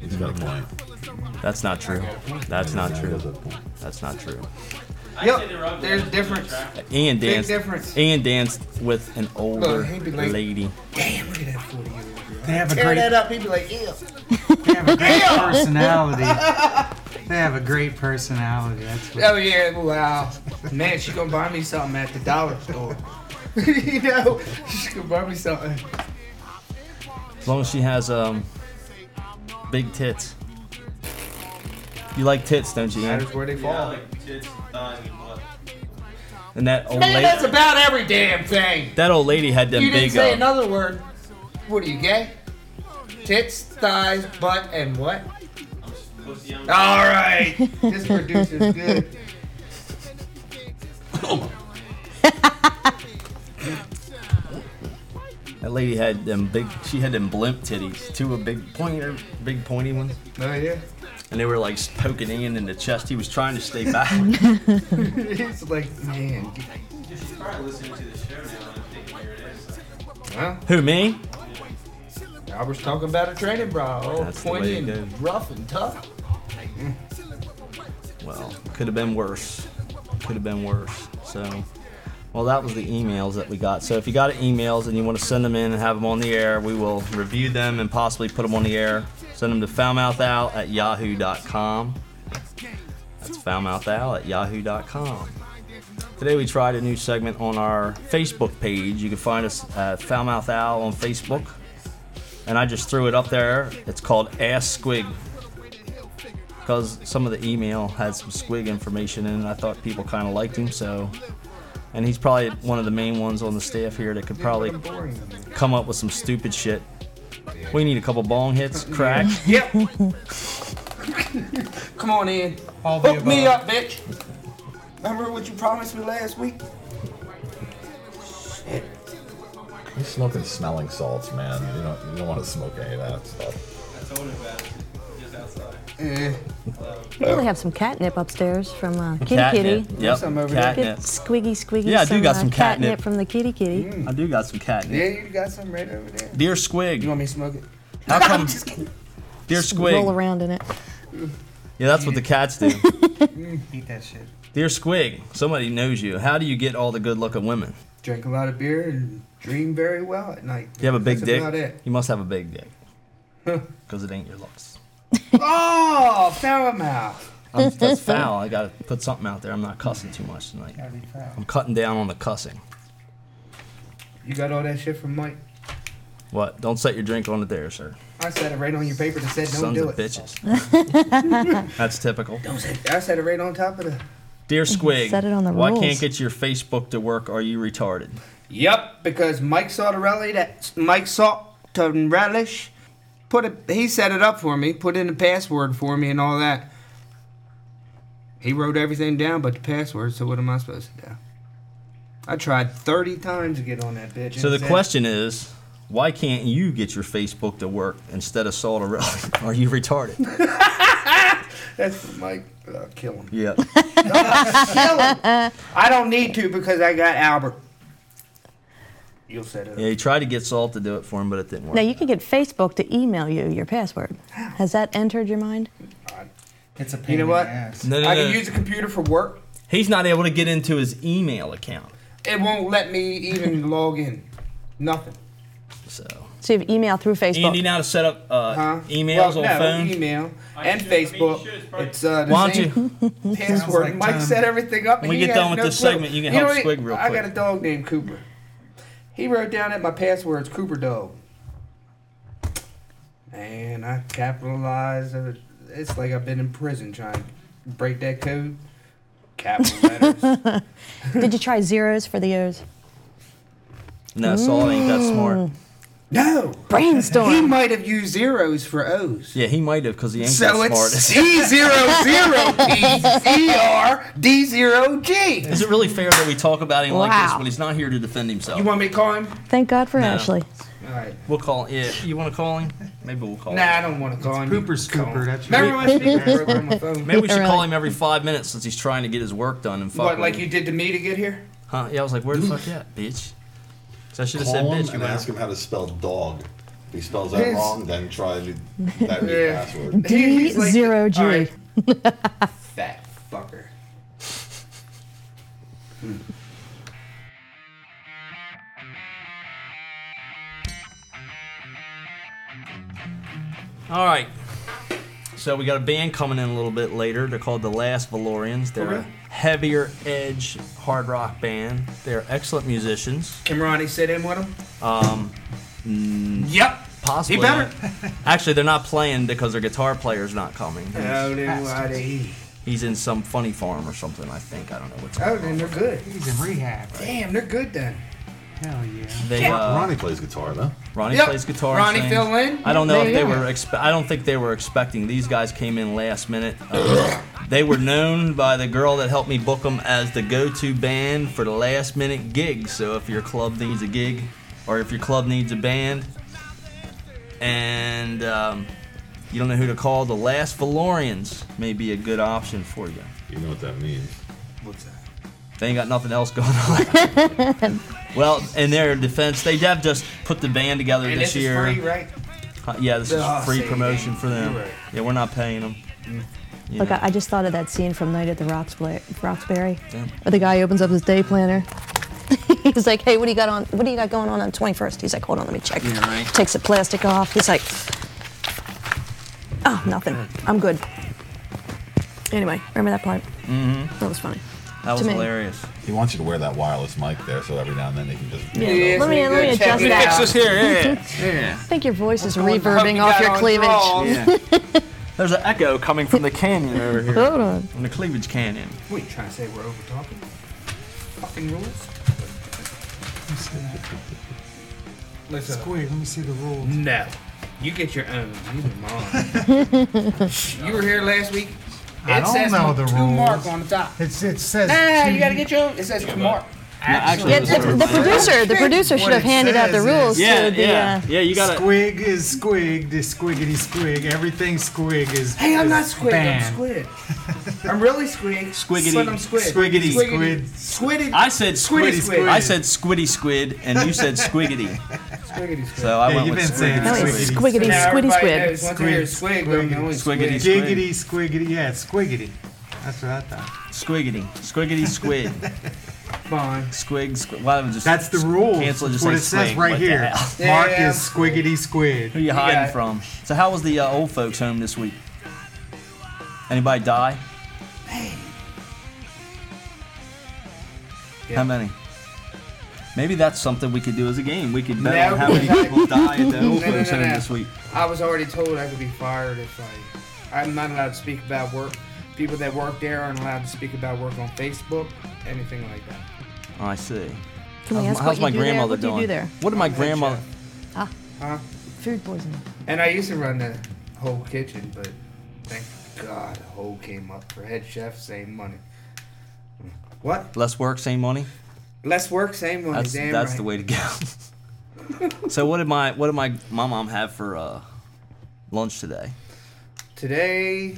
B: He's got a point.
C: That's not true. That's not
B: He
C: true.
B: does have a point.
C: That's not true.
E: they were
F: Yep,
E: ugly.
F: there's difference.
C: Ian danced.
F: difference.
C: Ian danced with an older
F: Look, he'd be like-
C: lady.
F: Damn, look at that 40 year old girl.
G: They have a
F: Tear
G: great,
F: that up, he'd be like, ew.
G: they have a great personality. They have a great personality. That's what.
F: Oh yeah, wow. Man, she gonna buy me something at the dollar store. you know, she's gonna buy me something.
C: As long as she has um big tits. You like tits, don't you? Ian?
F: Matters where they fall.
E: Yeah, like tits, thighs, and butt.
C: And that old
F: Man, that's
C: lady.
F: about every damn thing.
C: That old lady had them
F: You didn't
C: big.
F: say
C: uh,
F: another word. What are you gay? Tits, thighs, butt, and what?
E: Pussy, I'm-
F: All right, this producer's good.
C: That lady had them big. She had them blimp titties, two of big pointer, big pointy ones,
F: Oh yeah,
C: and they were like poking Ian in the chest. He was trying to stay back.
F: it's like man.
E: She's probably listening to the show now and thinking here it is.
F: Well,
C: Who me?
F: Albert's talking about a training bra, all
C: That's the way
F: pointy
C: it
F: and
C: goes.
F: rough and tough.
C: Well, could have been worse. Could have been worse. So, well, that was the emails that we got. So if you got emails and you want to send them in and have them on the air, we will review them and possibly put them on the air. Send them to foulmouthowl at yahoo.com. That's foulmouthowl at yahoo.com. Today we tried a new segment on our Facebook page. You can find us at Foulmouth Owl on Facebook. And I just threw it up there. It's called Ask Squig because some of the email had some squig information in it. I thought people kind of liked him, so. And he's probably one of the main ones on the staff here that could probably come up with some stupid shit. We need a couple bong hits, crack.
F: Yep. Come on in.
G: All the
F: Hook me
G: above.
F: up, bitch. Remember what you promised me last week?
J: He's smoking smelling salts, man. You don't, you don't want to smoke any of that stuff.
E: I told him about it. Just outside.
F: Eh.
I: We really have some catnip upstairs from uh, Kitty
C: Catnip.
I: Kitty.
C: Yep.
F: Some over there.
I: Good
C: Catnip.
I: squiggy squiggy.
C: Yeah, I do got some
I: uh,
C: catnip. Mm,
I: from the Kitty Kitty.
C: I do got some catnip.
F: Yeah, you got some right over there.
C: Dear
F: You
C: Squig.
F: want me to smoke it?
C: How
F: I'm
C: come?
F: just kidding.
C: Dear
I: Roll
C: Squig.
I: around in it.
C: Yeah, that's what the cats do.
G: Eat that shit.
C: Dear Squig, somebody knows you. How do you get all the good looking women?
F: Drink a lot of beer and dream very well at night.
C: You have a big
F: That's
C: dick?
F: About it.
C: You must have a big dick. Because it ain't your looks.
F: Oh, foul mouth.
C: I'm, that's foul. I gotta put something out there. I'm not cussing too much tonight.
G: Gotta be proud.
C: I'm cutting down on the cussing.
F: You got all that shit from Mike.
C: What? Don't set your drink on it there, sir.
F: I said it right on your paper that said don't
C: Sons
F: do
C: of
F: it.
C: bitches. That's typical.
F: I said it right on top of the.
C: Dear Squig,
I: Set it on the
C: why can't
I: rules.
C: get your Facebook to work? Are you retarded?
F: Yep, because Mike Sautarelli, that Mike Salt to relish, put it. He set it up for me, put in the password for me, and all that. He wrote everything down but the password. So what am I supposed to do? I tried thirty times to get on that bitch.
C: So
F: and
C: the
F: it said,
C: question is, why can't you get your Facebook to work instead of Saul Sorelli? Are you retarded?
F: That's for Mike. Uh, kill him.
C: Yeah.
F: Kill him. I don't need to because I got Albert. You'll set it up.
C: Yeah, he tried to get Saul to do it for him, but it didn't work.
I: Now you can get Facebook to email you your password. Has that entered your mind?
G: It's a
F: You
G: pain
F: know what?
G: in the ass.
C: No, no,
F: I
C: no.
F: can use a computer for work.
C: He's not able to get into his email account.
F: It won't let me even log in. Nothing.
C: So
I: So you have email through Facebook.
C: Andy, now to set up uh,
F: Huh?
C: emails
F: well,
C: on
F: no,
C: phone.
F: email and Facebook. it's uh, the
C: Why
F: same
C: don't you?
F: password.
G: Sounds like
F: Mike
G: time.
F: set everything up.
C: When
F: and
C: we
F: he
C: get
F: has
C: done with
F: no
C: this
F: clue.
C: segment, you can
F: know
C: help
F: what?
C: Squig real
F: I got a
C: quick.
F: dog named Cooper. He wrote down that my password's Cooper Dog. And I capitalized. it. It's like I've been in prison trying to break that code. Capital letters.
I: Did you try zeros for the O's?
C: No, Saul ain't that smart.
F: no! He
I: Brainstorm.
F: might have used zeros for O's.
C: Yeah, he might have because he ain't
F: So
C: that smart.
F: it's C zero zero P E R D zero G.
C: Is it really fair that we talk about him like this
I: Wow.
C: when he's not here to defend himself?
F: You want me to call him?
I: Thank God for Ashley.
F: All right.
C: we'll call. Yeah, you want to call him? Maybe we'll call
F: Nah,
C: him.
F: I don't want to call him.
G: Pooper scooper. That's
F: Remember
G: right.
F: when I speak broke on my phone?
C: Maybe we should
I: Really?
C: call him every five minutes since he's trying to get his work done and fuck
F: What,
C: with
F: like
C: him.
F: you did to me to get here?
C: Huh? Yeah, I was like, where the fuck you at, bitch? So I should have said
J: Call him
C: bitch.
J: and
C: but-
J: ask him how to spell dog. If he spells that
F: Yes.
J: wrong, then try to, that new
F: Yeah.
J: password.
F: He- he's like-
I: zero G.
F: All right. Fat fucker.
C: All right. So we got a band coming in a little bit later. They're called the Last Valorians. They're a
F: Okay.
C: heavier edge hard rock band. They're excellent musicians.
F: Can Ronnie sit in with him?
C: Um,
F: Yep.
C: possibly.
F: better.
C: Actually, they're not playing because their guitar player's not coming.
F: Oh, then why they eat?
C: He's in some funny farm or something. I think I don't know what's.
F: Oh, then they're good.
G: He's in rehab.
F: Damn, they're good then.
G: Hell yeah.
C: They, uh,
J: Ronnie plays guitar, though.
C: Ronnie
F: Yep.
C: plays guitar. and
F: Ronnie
C: sings.
F: fill in?
C: I don't know if
F: There
C: they
F: you
C: were.
F: go.
C: Expe- I don't think they were expecting. These guys came in last minute. Uh, they were known by the girl that helped me book them as the go-to band for the last minute gigs. So if your club needs a gig, or if your club needs a band, and um, you don't know who to call, the Last Valorians may be a good option for you.
J: You know what that means.
F: What's that?
C: They ain't got nothing else going on. well, in their defense, they have just put the band together
F: And
C: this,
F: this
C: year.
F: is free, right?
C: Huh, Yeah, this is
F: Oh,
C: free
F: see,
C: promotion for them.
F: you're right.
C: Yeah, we're not paying them. You
I: Look,
C: know.
I: I, I just thought of that scene from Night at the Roxbury, Roxbury
C: Yeah.
I: where the guy opens up his day planner. He's like, "Hey, what do you got on? What do you got going on on the 21st?" He's like, "Hold on, let me check."
C: Yeah, right.
I: Takes the plastic off. He's like, "Oh, nothing. I'm good." Anyway, remember that part? Mm-hmm. That was funny.
C: that was
I: to me.
C: hilarious.
J: He wants you to wear that wireless mic there, so every now and then they can just.
I: Yeah.
F: Yeah,
I: let me
F: so
I: let me
F: you
I: adjust
F: gotta check it out.
I: that. I
C: here, yeah, yeah.
I: think your voice is
F: Hope you
I: reverbing off
F: got
I: your
F: on
I: cleavage.
F: draws.
C: There's an echo coming from the canyon over here,
I: Hold on.
C: from the cleavage canyon.
F: What are you trying to say? We're over talking? Fucking rules?
G: Let me see that.
F: Let's uh,
G: Squig, let me see the rules.
F: No. You get your own. You the mom. you were here last week. It
G: I don't
F: says
G: know the
F: to
G: rules.
F: mark on the top.
G: It's, it says.
F: Nah,
G: two-
F: you gotta get your own. It says to mark.
C: actually,
I: Yeah, the, the producer, the producer should
G: What
I: have
G: it
I: handed out the
G: says
I: rules
G: is-
C: yeah,
I: to the.
C: yeah,
I: Uh,
C: yeah. You gotta.
G: Squig is squig, this squiggity squig. Everything squig is.
F: Hey, I'm
G: is
F: not squid.
G: banned.
F: I'm squid. I'm really squid.
C: Squiggity.
F: But I'm squid.
C: Squiggity.
F: Squid. Squiddy.
C: I said
F: Squiddy
C: squiddy
F: squid.
C: I said squiddy squid, and you said squiggity.
F: squiggity squid.
C: So I
G: Yeah,
C: went
G: you've
C: with
G: been saying
I: no,
C: squiggity.
I: it's
G: Squiggity.
I: squiggity,
F: Now
I: squiddy,
F: everybody
I: squid.
F: knows once I hear
G: Squid.
F: squid, I'm going
C: Squiggity.
F: squid.
G: Giggity squiggity. Yeah, it's squiggity. That's what I thought.
C: Squiggity, squiggity, squid,
F: Fine.
C: squig, squid. Why don't we just
G: That's the rules.
C: Cancel,
G: That's
C: just
G: what it
C: say squig.
G: says right
C: What the
G: here.
C: hell?
F: Yeah,
G: Mark
F: yeah,
G: is squiggity squid.
C: Who you hiding
F: got it.
C: from? So how was the uh, old folks home this week? Anybody die? How many? Maybe that's something we could do as a game. We could bet
F: No.
C: on how many people die at the old
F: No, no,
C: folks
F: no,
C: home
F: no.
C: this week.
F: I was already told I could be fired if I. I'm not allowed to speak about work. People that work there aren't allowed to speak about work on Facebook, anything like that.
C: Oh, I see.
I: Can we
C: How's, my-
I: ask what
C: Um, how's
I: you
C: my
I: do there?
C: grandmother
I: What do you
C: doing?
I: do there?
C: What did my
F: I'm the head
C: grandmother?
F: chef. Huh?
I: Food poisoning.
F: And I used to run the whole kitchen, but thank God, whole came up for head chef, same money. What?
C: Less work, same money.
F: Less work, same money.
C: That's
F: damn
C: that's
F: right.
C: the way to go. so what did my what did my my mom have for uh, lunch today?
F: Today,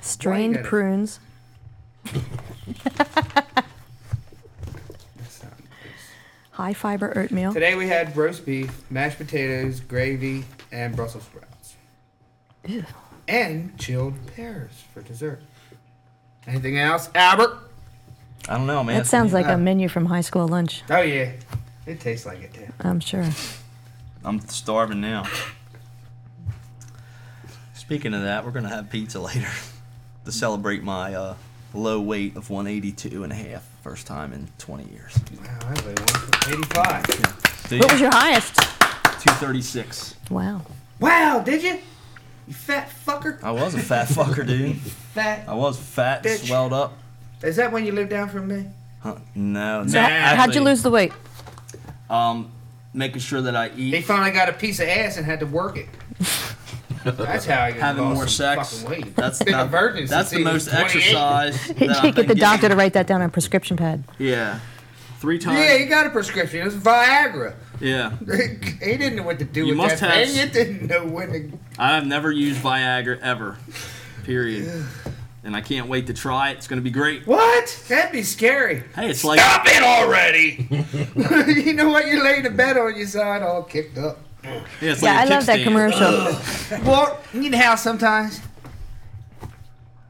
I: Strained
F: gotta-
I: prunes.
F: that's not-
I: High fiber oatmeal.
F: today we had roast beef, mashed potatoes, gravy, and Brussels sprouts.
I: Ew.
F: and chilled pears for dessert. Anything else, Albert?
C: I don't know, man.
I: That sounds like a menu from high school lunch.
F: Oh yeah, it tastes like it too.
I: I'm sure.
C: I'm starving now. Speaking of that, we're gonna have pizza later to celebrate my uh, low weight of 182 and a half. First time in 20 years.
F: Wow, I weigh 185.
I: What was your highest?
C: 236.
I: Wow.
F: Wow, did you? You fat fucker.
C: I was a fat fucker, dude.
F: Fat.
C: I was fat,
F: Bitch.
C: swelled up.
F: Is that when you lived down from me?
C: Huh? No,
I: So
C: no.
I: how- how'd you
C: actually,
I: lose the weight?
C: Um, making sure that I eat.
F: He finally got a piece of ass and had to work it. That's how I got
C: having
F: lost
C: more
F: some
C: sex.
F: fucking weight.
C: That's
F: Been
C: not-
F: a virgin
C: That's
F: since
C: the
F: he
C: most
F: was 28.
C: exercise.
I: He
C: that
I: can't
C: I've
I: get the
C: been
I: doctor to
C: getting.
I: write that down on a prescription pad.
C: Yeah, three times.
F: Yeah, he got a prescription. It was Viagra.
C: yeah.
F: he didn't know what to do
C: You
F: with
C: must
F: that
C: have
F: thing. It didn't know when to.
C: I've never used Viagra ever. Period. And I can't wait to try it. It's gonna be great.
F: What? That'd be scary.
C: Hey, it's like
F: Stop it already! you know what? You're laying in bed on your side, all kicked up.
C: yeah, it's
I: Yeah, I
C: like a
I: love that
C: kickstand.
I: commercial.
F: Well, you need a house sometimes.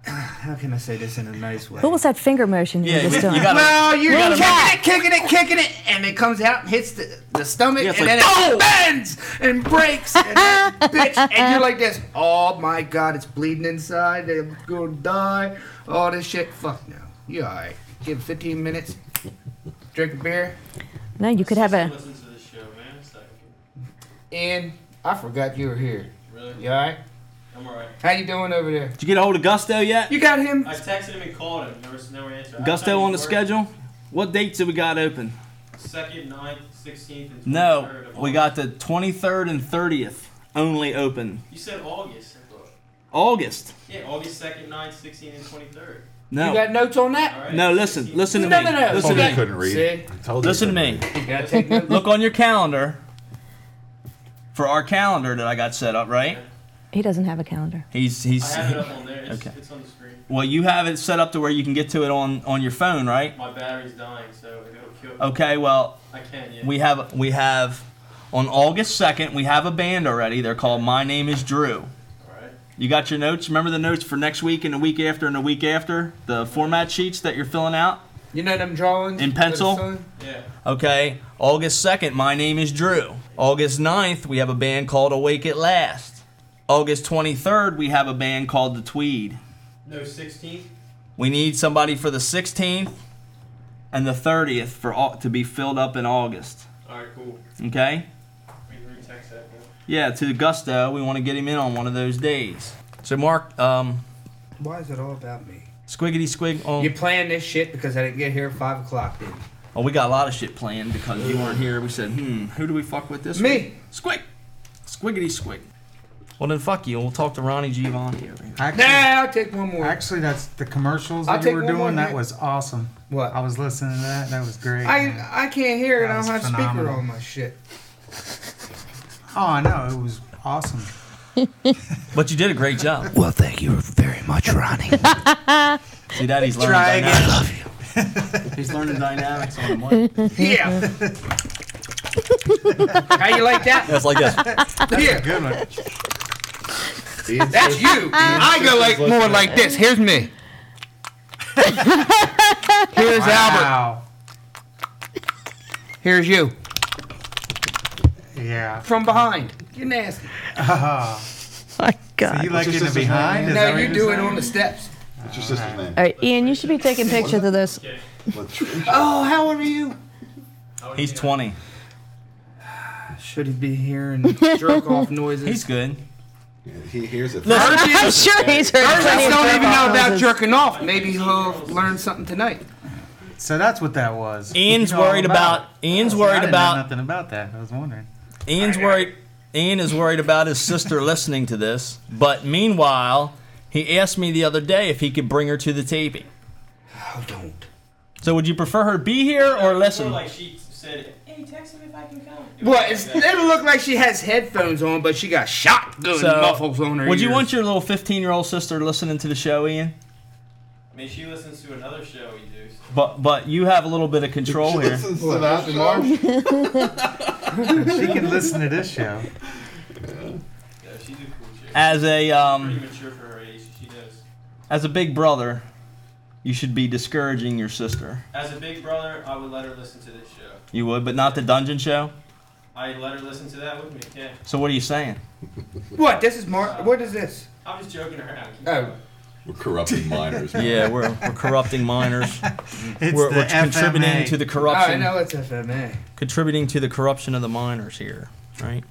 F: How can I say this in a nice way?
I: What was that finger motion you
C: Yeah,
I: were
C: you
I: just doing?
C: gotta.
F: Well, you're
I: Wing
F: kicking it, kicking it, kicking it, and it comes out and hits the, the stomach,
C: Yeah, it's
F: and
C: like,
F: then it bends and breaks, and then, bitch, and you're like this. Oh my god, it's bleeding inside. I'm gonna die. All this shit. Fuck no. You alright? Give it 15 minutes. Drink a beer,
I: No, you could have a.
E: Listen to this show, man. It's like,
F: and I forgot you were here.
E: really?
F: You alright?
E: I'm alright.
F: How you doing over there?
C: Did you get a hold of Gusto yet?
F: You got him.
E: I texted him and called him. Never, never answered. I thought
C: Gusto
E: he
C: on the
E: worked
C: schedule? What dates have we got open?
E: Second, 9th, 16th, and 23rd
C: No,
E: of
C: we got
E: August.
C: the 23rd and 30th only open.
E: You said August. I thought.
C: August.
E: Yeah, August 2nd, 9th, 16th, and 23rd.
C: No.
F: You got notes on
E: All
F: that?
E: right?
C: no, listen.
E: 16th.
C: Listen to
F: No,
C: me.
F: no, no.
C: Listen to
J: Told you
C: me.
J: Oh, couldn't read.
F: See?
J: I told you
C: Listen to
J: couldn't
C: me.
F: You gotta take notes.
C: Look on your calendar for our calendar that I got set up, right?
I: He doesn't have a calendar.
C: He's he's
E: I have it up on there. It's,
C: Okay.
E: it's on the screen.
C: Well, you have it set up to where you can get to it on on your phone, right?
E: My battery's dying, so if it'll kill.
C: Okay, well,
E: I can't yet.
C: we have we have on August 2nd, we have a band already. They're called My Name is Drew.
E: All right.
C: You got your notes? Remember the notes for next week and the week after and the week after? The format sheets that you're filling out?
F: You know them drawings?
C: In
F: with
C: pencil?
F: the sun?
E: Yeah.
C: Okay, August 2nd, my name is Drew. August 9th, we have a band called Awake at Last. August 23rd, we have a band called The Tweed.
E: No, 16th.
C: We need somebody for the 16th and the 30th for au- to be filled up in August.
E: All right, cool.
C: Okay?
E: We can retext that. now.
C: Yeah, to Gusto, we want to get him in on one of those days. So, Mark, um,
F: Why is it all about me?
C: squiggity squig oh, on.
F: You playing this shit because I didn't get here at five o'clock, did you?
C: Oh, we got a lot of shit planned because you weren't here. We said, hmm, who do we fuck with this
F: Me.
C: week? Squig. Squiggity squig. Well, then fuck you, and we'll talk to Ronnie Giovanni over here.
G: Actually,
F: Nah, I'll take one more.
G: actually, that's the commercials
F: I'll
G: that
F: take
G: you were
F: one more
G: doing. That
F: hit.
G: was awesome.
F: What?
G: I was listening to that. That was great. man.
F: I I can't hear it.
G: That
F: I don't have
G: was
F: speaker
G: phenomenal.
F: on my shit.
G: oh, I know. It was awesome.
C: But you did a great job.
F: Well, thank you very much, Ronnie.
C: See that he's learning
G: Try again.
C: dynamics. He's learning dynamics on the mic.
F: yeah. How you like that?
C: That's like this.
F: Yeah,
G: Good one.
J: me. Ian
F: that's you. I go like more like this. Here's me. Here's Albert.
G: Wow.
F: Here's you.
G: Yeah.
F: From behind. You're nasty.
I: My God.
G: You like getting
J: sister's
G: behind? Is that
F: No,
G: what
F: you
G: you're
F: do it
G: saying?
F: on the steps.
J: What's your sister's name?
I: All right, Ian, you should be taking pictures of this.
J: Latricia.
F: Oh, how old are you?
C: He's 20.
F: Should he be hearing jerk off noises?
C: He's good.
J: He hears it.
I: I'm sure he's heard plenty
F: Virgins
I: of
F: don't
I: jerk
F: even know
I: off
F: about
I: noises.
F: jerking off. Maybe he'll learn something tonight.
G: So that's what that was.
C: Ian's
G: You know all
C: worried about. Ian's
G: See, I
C: worried
G: didn't know
C: about.
G: nothing about that. I was wondering.
C: Ian's worried. Ian is worried about his sister listening to this. But meanwhile, he asked me the other day if he could bring her to the taping.
F: Oh, don't.
C: So would you prefer her be here or
E: More
C: listen?
E: like she said, hey, text me if I can come. It was
F: Well,
E: like
F: it's,
E: that.
F: it'll look like she has headphones on, but she got shotgun muffles on her
C: would you
F: ears.
C: want your little 15-year-old sister listening to the show, Ian?
E: I mean, she listens to another show we do. So.
C: But but you have a little bit of control here.
J: Listen to that, Mark.
G: She can listen to this show.
E: Yeah, she's a cool chick.
C: as a um,
E: Pretty mature for her age. She knows.
C: as a big brother, you should be discouraging your sister.
E: As a big brother, I would let her listen to this show.
C: You would, but not the dungeon show.
E: I let her listen to that with me. Yeah.
C: So what are you saying?
F: What? This is more. What is this?
E: I'm just joking around. Keep
F: Oh.
E: going.
J: We're corrupting minors.
C: Yeah, we're, we're corrupting minors.
G: It's
C: we're
G: the
C: we're contributing
G: FMA.
C: to the
F: Oh, I
C: corruption.
F: know it's FMA.
C: contributing to the corruption of the miners here, right?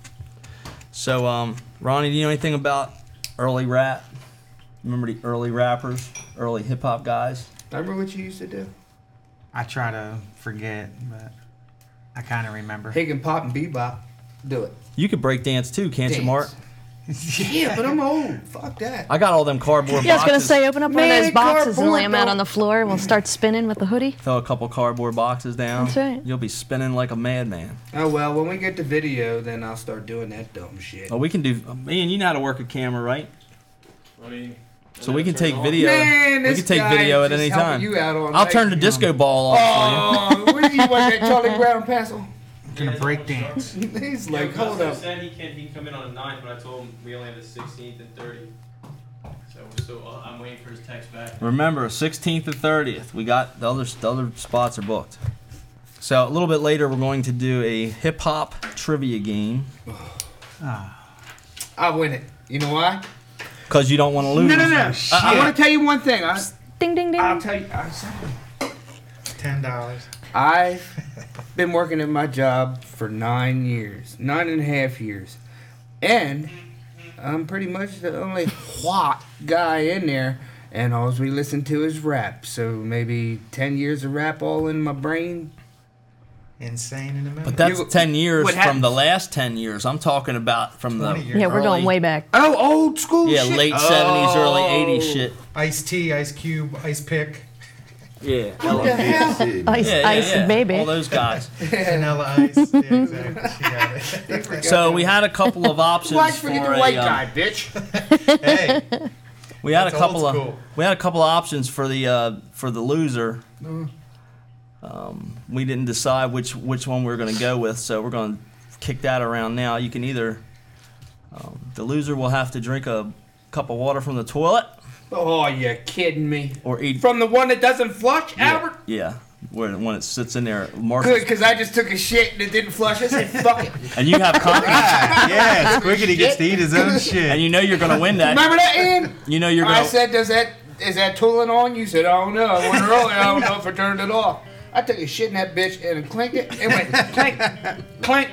C: So, um, Ronnie, do you know anything about early rap? Remember the early rappers, early hip hop guys?
F: Remember what you used to do?
G: I try to forget, but I kind of remember.
F: Hig and pop and bebop. Do it.
C: You could break dance too, can't you,
F: Dance.
C: Mark?
F: Yeah, but I'm old. Fuck that.
C: I got all them cardboard
I: Yeah, I was gonna
C: boxes.
I: say, open up one
F: Man,
I: of those boxes and
F: cardboard
I: lay them out
F: box.
I: on the floor, and we'll start spinning with the hoodie.
C: Throw a couple cardboard boxes down.
I: That's right.
C: You'll be spinning like a madman.
F: Oh well, when we get to video, then I'll start doing that dumb shit.
C: Oh, we can do. Man, you know how to work a camera, right?
E: I mean.
C: So
E: I
C: we
E: never
C: can
E: turn
C: take
E: it off.
C: video.
F: Man,
C: we
F: this
C: can take
F: guy
C: video at
F: just
C: any
F: helping
C: time.
F: you out all
C: I'll
F: night,
C: turn the
F: you
C: disco ball on for you.
F: Oh, what do you want that Charlie Brown pencil?
G: gonna
E: Yeah,
G: break
E: that's what
G: dance.
F: He's
E: Yeah,
F: like, hold
E: Custom
F: up.
E: said he can he can come in on the 9th, but I told him we only have the 16th and 30th. So we're still, uh, I'm waiting for his text back.
C: Remember, 16th and 30th, we got the other the other spots are booked. So a little bit later, we're going to do a hip hop trivia game
F: I win it. You know why?
C: Uh, because you don't want to lose.
F: No, no,
G: Oh,
F: no. Shit. I, want to tell you one thing. I,
I: Ding, ding, ding.
F: I'll tell you. I,
G: Ten dollars.
F: I've been working at my job for nine years, nine and a half years, and I'm pretty much the only hot guy in there. And all we listen to is rap. So maybe ten years of rap all in my brain.
G: Insane in a minute.
C: But that's
F: You-
C: 10 years
F: what
C: from
F: happens-
C: the last 10 years. I'm talking about from the
G: 20 years.
I: yeah, we're going
C: early-
I: way back.
F: Oh, old school
C: Yeah,
F: shit.
C: late
F: Oh.
C: 70s, early 80s shit.
G: Ice tea, ice cube, ice pick,
C: Yeah.
F: What the hell?
I: Ice,
C: Yeah, yeah,
I: ice,
C: yeah.
I: baby.
C: All those guys.
G: vanilla ice. Yeah, exactly. She got it.
C: So we had a couple of options
F: Why'd you
C: for
F: forget the
C: a,
F: white
C: um,
F: guy, bitch?
G: Hey,
C: We had
G: That's
C: a couple
G: old
C: of
G: school.
C: we had a couple of options for the uh, for the loser. Um,
F: Mm-hmm.
C: we didn't decide which which one we were going to go with, so we're going to kick that around now. You can either um, the loser will have to drink a cup of water from the toilet
F: Oh, you kidding me?
C: or eat
F: From the one that doesn't flush, Albert?
C: yeah where when it sits in there, Marcus,
F: Good, because I just took a shit and it didn't flush. I said, fuck it.
C: and you have confidence,
G: yeah, Squiggity gets to eat his own
C: and
G: shit.
C: you know you're going to win that.
F: Remember that, Ian?
C: You know you're
F: I
C: going to
F: said, does that is that tooling on? You said, I don't know. I went earlier. I don't know if I turned it off. I took a shit in that bitch and clinked it. It went clink, clink.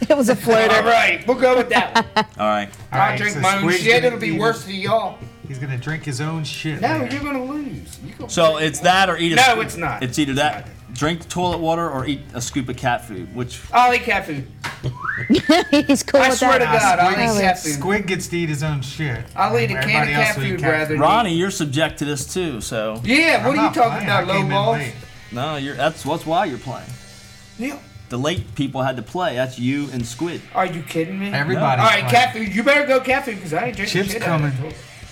I: It was a floater.
F: All right, we'll go with that. One.
C: all right.
G: All
F: I'll
G: right,
F: drink
G: so
F: my own
G: Squig's
F: shit.
G: gonna
F: It'll be
G: eat
F: worse
G: his-
F: to y'all.
G: He's gonna drink his own shit.
F: No,
G: later.
F: you're gonna lose. You gonna
C: So it's that or eat a
F: No,
C: scoop-
F: it's not.
C: It's either that drink toilet water or eat a scoop of cat food, which
F: I'll eat cat food.
I: He's cool
F: I
I: with
F: swear to
I: that.
F: God, I'll
I: Squig's-
F: eat cat food.
G: Squig Ah, gets to eat his own shit.
F: I'll eat a can of
G: Everybody
F: cat
G: else will eat
F: food
G: cat
F: rather than-
C: Ronnie, you're subject to this too, so
F: Yeah, what
G: I'm
F: are you
G: not
F: talking
G: playing. I
F: about, low
G: came in
F: balls?
G: late.
C: no, you're that's what's why you're playing.
F: Neil,
C: The late people had to play. That's you and Squid.
F: are you kidding me?
G: Everybody's
F: All right,
G: playing.
F: cat food. You better go cat food because I ain't drinking
G: Chip's
F: shit.
G: coming.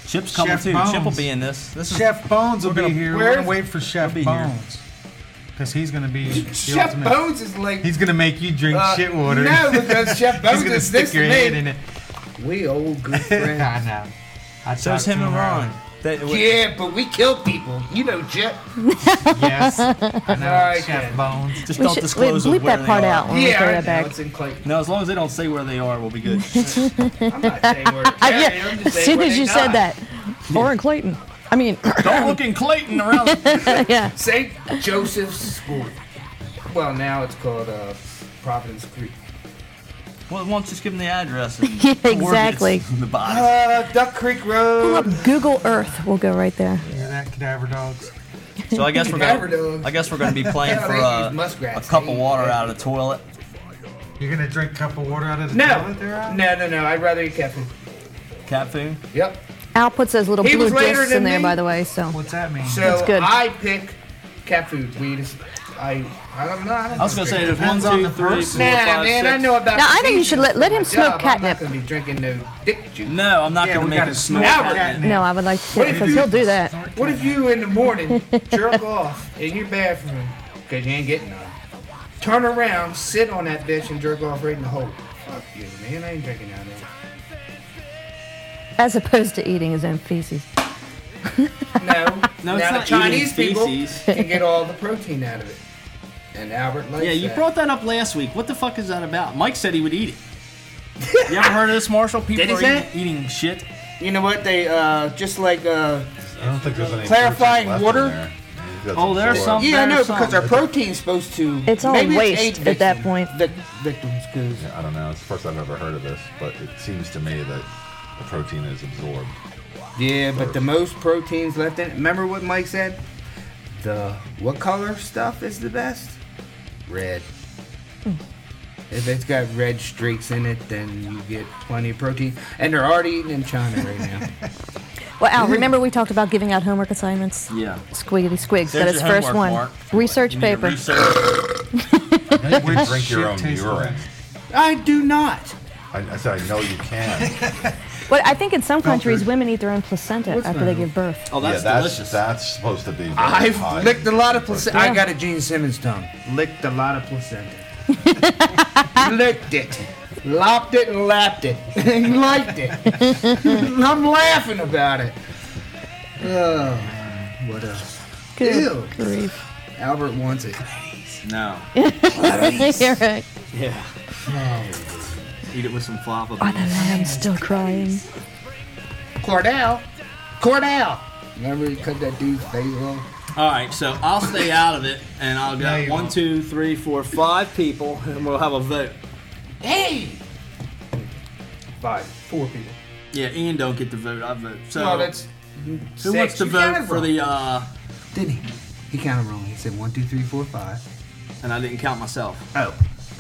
C: Chip's coming
G: Chef
C: too. Chip will
G: Bones.
C: be in this. This is
G: Chef Bones will
C: gonna-
G: be here.
F: where
G: We're
F: is-
G: gonna wait for Chef
C: be here.
G: Bones because he's gonna be the
F: Chef
G: ultimate.
F: Bones is like
G: He's gonna make you drink
F: Uh,
G: shit water.
F: no, because Chef Bones
G: he's gonna
F: is
G: stick
F: this
G: your head
F: big.
G: in it.
F: we old good
G: I
F: friends.
G: know. I
C: so it's
G: talked to
C: him and Ron.
G: earlier.
C: They- w-
F: yeah, but we kill people. You know, Chip.
G: Yes, I know.
F: right,
G: Chef
F: good.
G: Bones.
C: Just
I: We
C: don't
I: should we
C: disclose
I: bleep
C: where
I: that
C: they
I: part
C: are.
I: out when we
F: yeah,
I: throw
F: I
I: that
F: know,
I: back.
F: it's in Clayton.
C: No, as long as they don't say where they are, we'll be good.
F: I'm not saying where.
I: Yeah, as soon as you said that, or in Clayton. I mean,
C: don't look in Clayton around. The-
I: yeah.
F: St. Joseph's School. Well, now it's called uh, Providence Creek.
C: well, why don't you just give them the address? and
I: Yeah,
C: coordinates
I: exactly.
C: in The body.
F: Uh, Duck Creek Road.
I: Google Earth will go right there.
G: Hear that, cadaver dogs?
C: So I guess we're
F: Never
C: gonna.
F: does.
C: I guess we're gonna be playing
F: Yeah,
C: for
F: they
C: uh,
F: use muskrats.
C: a cup of
F: They-
C: water out of the toilet.
G: You're gonna drink a cup of water out of the
F: No,
G: toilet there, Ron?
F: no, no, no. I'd rather eat cat food.
C: Cat food.
F: Yep.
I: Al puts those little
F: He
I: blue
F: was later
I: discs in
F: than
I: there,
F: me.
I: by the way. So
G: What's that mean?
F: So
I: That's good.
F: I pick cat food. We just, I, I don't know. I, don't
C: I was gonna say there's one,
G: Depends on
C: two,
G: the
C: three,
G: person.
C: four,
F: Nah,
C: five,
F: man, I
C: six.
F: know about.
I: Now, I think you should let- let him
F: diseases. My job,
I: smoke catnip.
F: I'm not gonna be drinking no dick juice.
C: No, I'm not
G: yeah,
C: gonna
G: we
C: make
G: gotta
C: it
G: snort
C: smell.
F: Albert.
G: catnip.
I: no, I would like to
F: What if
I: because he'll do that.
F: What if you in the morning jerk off in your bathroom because you ain't getting none? Turn around, sit on that bitch, and jerk off right in the hole. Fuck you, man. I ain't drinking out of there.
I: As opposed to eating his own feces.
F: No,
C: No, it's
F: now the
C: not
F: Chinese
C: eating
F: people
C: feces.
F: can get all the protein out of it. And Albert likes
C: Yeah, you
F: that.
C: brought that up last week. What the fuck is that about? Mike said he would eat it. You ever heard of this, Marshall? People
F: Did he
C: are
F: say
C: eating, eating shit.
F: You know what? They uh, just like uh,
J: I don't think there's any
F: Clarifying
J: protein left in
F: water?
J: there. You've got
C: Oh, there's
J: sort.
C: some-
F: yeah, I know
C: There's some.
F: because our protein's supposed to.
I: It's all
F: maybe
I: waste
F: AIDS
I: at that
F: victim-
I: point.
F: Vic, victims, because
J: Yeah, I don't know. It's the first I've ever heard of this, but it seems to me that the protein is absorbed.
F: yeah, but the most proteins left in. Remember what Mike said? The what color stuff is the best? Red. If it's got red streaks in it, then you get plenty of protein. And they're already eating in China right now.
I: Well, Al, remember we talked about giving out homework assignments?
C: Yeah.
I: Squiggity squigs.
C: There's
I: That is
C: your
I: first
C: homework,
I: one.
C: Mark.
I: Research
C: You need to
I: paper.
C: research.
J: I know you can
G: Which
J: drink your
G: shit
J: own
G: tastes
J: urine.
F: I do not.
J: I, I said I know you can.
I: But I think in some countries, women eat their own placenta after they give birth.
C: Oh, that's
J: yeah, that's
C: delicious.
J: that's supposed to be. very high
F: I've licked a lot of
J: in
F: placenta.
I: Yeah.
F: I got a Gene Simmons tongue. Licked a lot of placenta. licked it. Lopped it and lapped it. and liked it. And I'm laughing about it. Oh, what else? Ew. Albert wants it.
C: No.
I: You're right.
C: Yeah. Eat it with some flava.
I: I'm still crying.
F: Cordell. Cordell. Remember he cut that dude's face off?
C: All right, so I'll stay out of it, and I'll
G: No,
C: get
G: you
C: one,
G: won't.
C: two, three, four, five people, and we'll have a vote.
F: Hey! Five. Four people.
C: Yeah, Ian don't get to vote. I vote. So
F: No, that's.
C: who wants to vote for the? uh
F: Didn't he? He counted wrong. He said one, two, three, four, five.
C: And I didn't count myself.
F: Oh.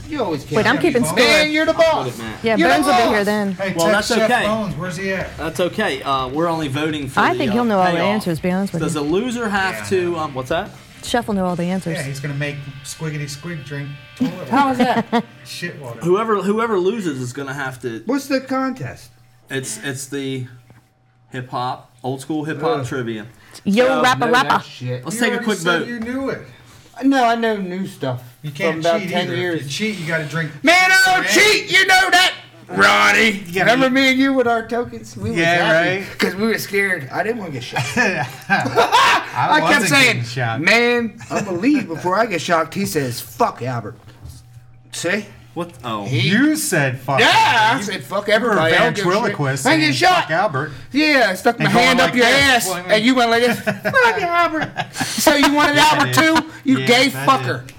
F: You always count.
I: Wait, I'm keeping
G: Bones?
I: score.
F: Man, you're the
C: Put it,
F: boss.
C: man.
I: Yeah,
F: You're the
I: Bones will be
F: boss.
I: here then.
G: Hey,
C: Well,
G: text
C: that's
G: Chef
C: okay.
G: Bones. Where's he at?
C: That's okay. Uh, we're only voting for.
I: I
C: the,
I: think
C: uh,
I: he'll know all the
C: payoff.
I: answers, to be honest with
C: Does
I: you.
C: the loser have to? Um, what's that?
I: Chef will know all the answers.
G: Yeah, he's gonna make squiggity squig drink toilet
C: How
G: water.
C: is that?
G: shit water.
C: whoever whoever loses is gonna have to.
F: What's the contest?
C: It's it's the hip hop, old school hip hop
F: Ugh.
C: trivia.
I: Yo,
C: Oh,
I: rappa
F: No, that
I: rappa.
F: shit.
C: Let's
G: You
C: take a
G: already
C: quick
G: said
C: vote.
G: You knew it.
F: No, I know new stuff
G: You can't
F: from about
G: cheat
F: ten
G: either.
F: years.
G: If you cheat, you gotta drink.
F: Man, I don't
G: Right.
F: cheat. You know that, Ronnie.
G: You gotta
F: Remember
G: eat-
F: me and you with our tokens? We
G: Yeah, right.
F: Because we were scared. I didn't want to get shot.
G: I,
F: I kept
G: wasn't getting
F: saying,
G: shot.
F: "Man, I'm gonna leave before I get shocked." He says, "Fuck Albert." See?
C: What? Oh,
G: You said fuck.
F: Yeah, I
G: You
F: Oh, said, "Fuck
G: were a
F: everybody." I don't give a shit.
G: ventriloquist.
F: I get
G: saying,
F: shot.
G: Fuck Albert.
F: Yeah, I stuck my
G: And going
F: hand up
G: like
F: your
G: this.
F: ass,
G: Well, I mean-
F: and you went like this. Fuck Albert. So you wanted Albert too? You
G: Yes,
F: gay
G: I did.
F: fucker.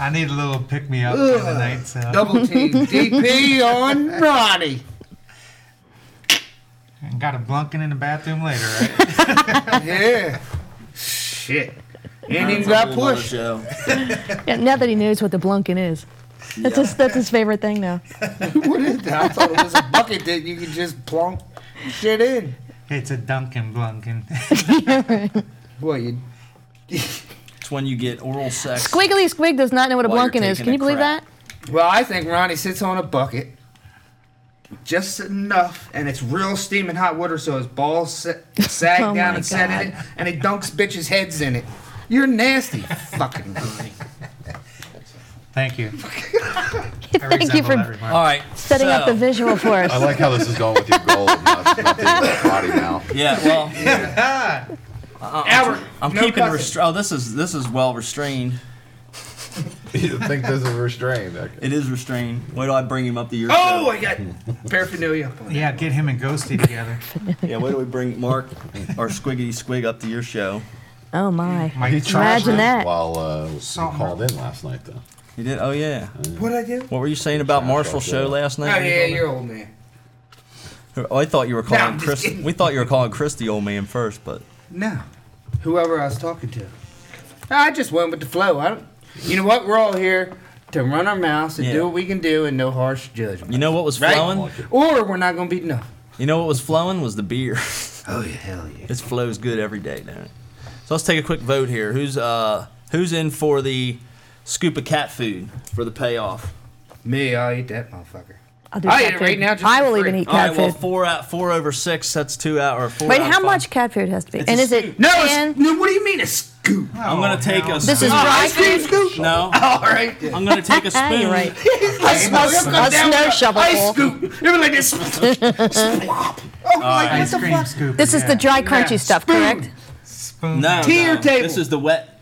G: I need a little pick me up for the night. So.
F: Double team DP on Ronnie.
G: And got a blunkin in the bathroom later, right?
F: Yeah. Shit. Ain't even
C: that's a
F: got
C: whole other
F: pushed.
C: show.
I: Yeah, now that he knows what the Blunkin is. That's, his, that's his favorite thing now.
F: What is that? I thought it was a bucket that you could just plonk shit in.
G: it's a Dunkin' Blunkin.
F: Boy, you.
C: It's when you get oral sex.
I: Squiggly Squig does not know what a
C: While you're
I: Blunkin is.
C: taking
I: Can
C: a
I: you believe
C: crap.
I: that?
F: Well, I think Ronnie sits on a bucket. Just enough, and it's real steaming hot water, so his balls sa- sag
I: Oh
F: down
I: my
F: and set in it, and he dunks bitches' heads in it. You're nasty, fucking Ronnie.
G: Thank you. I
I: Thank you
G: resemble that
I: for
G: remark.
C: All right.
I: setting up
C: so-
I: the visual for us.
J: I like how this is going with your goal, not, not the body now.
C: Yeah. Well,
F: Albert,
C: Uh, I'm
F: no
C: keeping
F: cussing.
C: restrained. Oh, this is this is well restrained.
J: You think this is restrained? Okay.
C: It is restrained. Wait till I bring him up to your
F: Oh, I got paraphernalia.
G: Yeah, get him and Ghosty together.
C: show. Yeah. Wait till we bring Mark or Squiggity Squig up to your show.
I: Oh my.
G: Mike
J: He tried
I: Imagine
J: it
I: that.
J: While uh, he
G: Something.
J: called in last night, though.
C: You did? Oh yeah.
F: What I do?
C: What were you saying about Marshall's show last
F: Oh
C: night?
F: yeah, you're old man.
C: Oh, I thought you were
F: No,
C: calling
F: I'm just
C: Chris.
F: kidding.
C: We thought you were calling Chris the old man first, but
F: No. Whoever I was talking to. I just went with the flow. I don't, you know what? We're all here to run our mouths and
C: Yeah.
F: do what we can do and no harsh judgment.
C: you know what was
F: Right?
C: flowing?
F: Or we're not going to be enough.
C: You know what was flowing was the beer.
F: Oh, yeah, hell yeah.
C: it flows good every day, don't it? So let's take a quick vote here. Who's uh who's in for the scoop of cat food for the payoff?
F: Me, I'll eat that motherfucker.
I: I'll do
F: I
I: cat
F: eat it
I: food.
F: right now just
I: I will
F: for
I: even
F: free.
I: eat
C: All
I: cat
C: right, well,
I: food.
C: four out, four over six. That's two out or four.
I: Wait,
C: out of
I: how
C: five.
I: much cat food has to be?
C: It's
I: and Oh,
C: a
I: is it?
F: No,
I: canned?
F: it's, no, what do you mean a scoop?
C: I'm gonna take a.
I: This is
C: spoon.
I: dry
F: ice cream
I: food?
F: scoop?
C: No,
F: All right.
C: I'm gonna take a
I: Ah,
C: spoon.
I: you're right.
F: Like,
I: A snow-
F: you'll come
I: a
F: down
I: snow
F: with
I: shovel full.
F: Ice scoop. You're like this.
C: Uh,
F: Swap. Oh, like, what
G: Ice
F: the
G: cream
F: fuck?
G: scoop.
I: This is
G: yeah.
I: the dry, crunchy
F: Yeah.
I: stuff,
F: Spoon.
I: correct?
G: spoon.
C: No,
F: To your
C: no.
F: table.
C: This is the wet.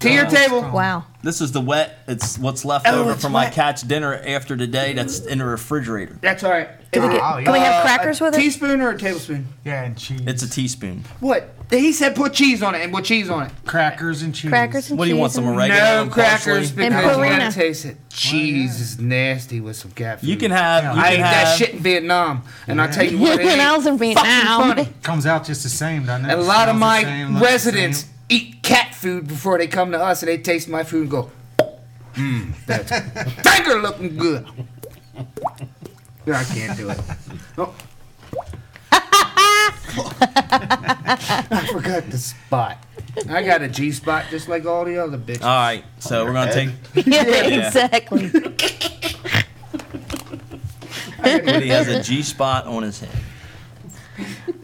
F: To
C: Uh,
F: your table.
I: Wow.
C: This is the wet. It's what's left
F: Oh,
C: over
F: it's
C: from my
F: wet.
C: cat's dinner after today. That's in the refrigerator.
F: That's all right.
I: Do we get,
G: Wow,
I: can we
G: yeah.
I: have crackers with
F: a
I: it?
F: Teaspoon or a tablespoon?
G: Yeah, and cheese.
C: It's a teaspoon.
F: What? He said put cheese on it and put cheese on it.
G: crackers and cheese.
I: Crackers and
C: What do you
I: cheese
C: want? Some
I: and-
C: oregano
F: no
C: and
F: crackers
C: parsley?
I: And
F: because you
I: Purina.
F: gotta taste it. Cheese is nasty with some cat food.
C: You can have. You
F: I ate
C: can
F: that
C: have-
F: shit in Vietnam, and I tell you what, it
I: And I
F: ain't
I: was in
F: fucking
I: Vietnam.
F: funny.
G: Comes out just the same, doesn't it?
F: A lot of
G: Smells
F: my
G: the same, looks the
F: residents
G: same.
F: eat cat food before they come to us, and they taste my food and go,
G: Hmm,
F: "Mmm, that's finger looking good." Yeah, I can't do it. Oh. I forgot the spot. I got a G spot just like all the other bitches.
C: All right, so we're gonna take.
I: yeah, exactly.
C: Woody has a G spot on his head.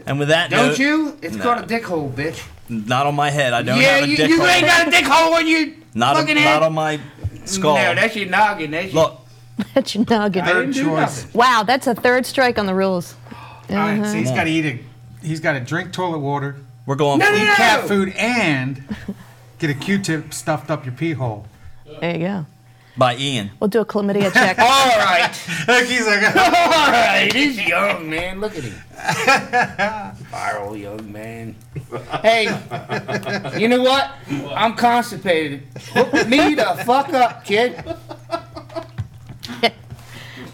C: And with that
F: Don't
C: note,
F: you? It's
C: No.
F: called a dick hole, bitch.
C: not on my head. I don't
F: yeah,
C: have a
F: you,
C: dick
F: you
C: hole.
F: ain't got a dick hole on you.
C: not,
F: fucking
C: a,
F: head.
C: not on my skull.
F: No, that's your noggin. That's your
C: Look,
I: That's your nugget.
F: I didn't do
G: choice.
F: nothing.
I: Wow, that's a third strike on the rules.
G: All right, so he's got to eat it. He's got to drink toilet water,
C: we're going.
F: No, no,
G: eat
F: no.
G: cat food, and get a Q-tip stuffed up your pee hole.
I: There you go.
C: by Ian.
I: We'll do a chlamydia check.
C: Oh,
F: All right.
G: he's like,
F: All right. He's young, man. Look at him. Viral young man. Hey, you know what? I'm constipated. Hook me the fuck up, kid.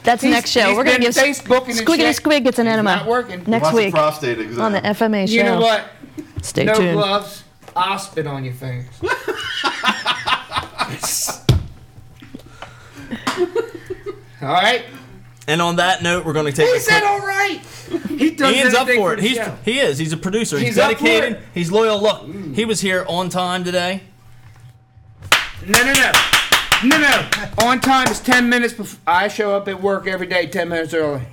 I: That's next show. We're gonna give Squiggity
F: Facebooking and shit.
I: Squig gets an enema
F: Not working.
I: next
B: Lots of
I: week
B: prostate exam.
I: on the FMA show.
F: You know what?
I: Stay
F: no
I: tuned.
F: gloves. I'll spit on your fingers. All right.
C: And on that note, we're going to take.
F: He
C: a
F: said
C: quick-
F: all right. He does
C: Ian's up
F: anything
C: for it.
F: the
C: He's
F: show.
C: he is. He's a producer. He's,
F: He's up for
C: dedicated.
F: it. Mm.
C: He's loyal. Look, he was here on time today.
F: No, no, no. No, no. On time is 10 minutes before. I show up at work every day 10 minutes early.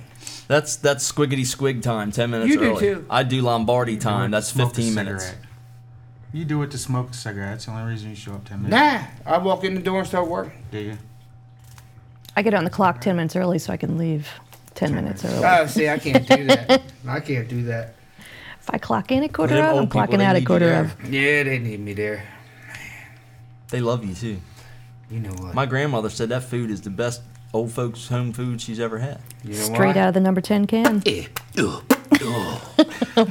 C: That's that's squiggity squig time. Ten minutes
F: You do
C: early.
F: too.
C: I do Lombardi time. That's
G: Smoke a
C: fifteen minutes.
G: cigarette. You do it to smoke a cigarette. That's the only reason you show up 10 minutes.
F: Nah. I walk in the door and start working.
G: Do you?
I: I get on the clock ten minutes early so I can leave ten minutes early.
F: Oh, see, I can't do that. I can't do that.
I: if I clock in at quarter
C: Them
I: of, I'm
C: old people,
I: clocking
C: they
I: out
C: need
I: at
C: you
I: quarter
C: there.
I: of.
F: Yeah, they need me there.
C: They love you too.
F: You know what?
C: My grandmother said that food is the best old folks' home food she's ever had.
F: you know
I: Straight out of the number ten can. oh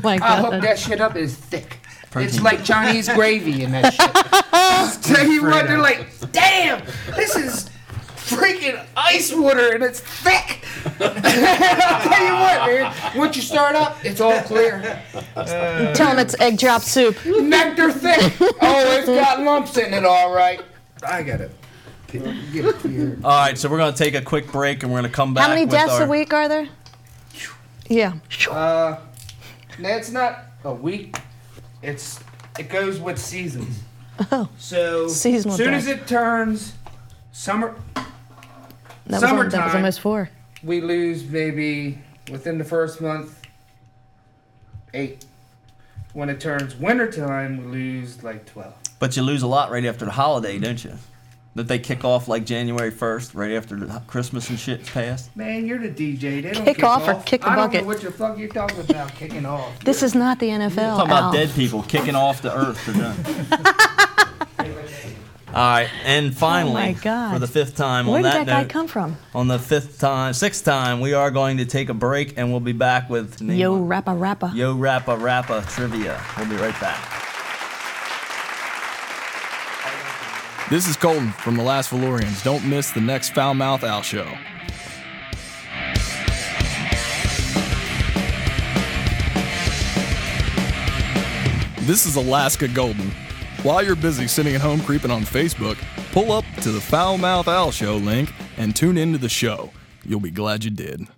I: my
F: I hope
I: god.
F: that shit up is thick. It's
C: Protein.
F: like Chinese gravy in that shit. Tell you what, they're like, damn, this is freaking ice water and it's thick. Tell you what, man, once you start up, it's all clear.
I: Tell him it's egg drop soup.
F: Nectar thick. Oh, it's got lumps in it, all right. I got it. Get it here.
C: All right, so we're going to take a quick break and we're going to come back.
I: How many
C: with
I: deaths
C: our-
I: a week are there? Yeah.
F: Uh, that's not a week. It's it goes with seasons.
I: Oh,
F: So
I: Seasonal
F: soon
I: death.
F: as it turns summer,
I: that was, al- that was
F: Summertime.
I: almost four.
F: we lose maybe within the first month eight. When it turns wintertime, we lose like twelve.
C: But you lose a lot right after the holiday, don't you? That they kick off like January 1st, right after the Christmas and shit's passed.
F: Man, you're the DJ. They don't
I: Kick
F: kick,
I: off or kick the
F: I don't
I: bucket.
F: know what the fuck you're talking about kicking off.
I: This is not the NFL.
C: Talking about
I: Al.
C: dead people kicking off the earth. They're done. All right, and finally,
I: Oh my God.
C: for the fifth time
I: Where
C: on
I: did
C: that,
I: that guy
C: note,
I: come from?
C: on the fifth time, sixth time, we are going to take a break and we'll be back with name
I: Yo,
C: on-
I: rappa, rappa.
C: Yo Rappa Rappa trivia. We'll be right back.
A: This is Colton from The Last Valorians. Don't miss the next Foul Mouth Owl show. This is Alaska Golden. While you're busy sitting at home creeping on Facebook, pull up to the Foul Mouth Owl show link and tune into the show. You'll be glad you did.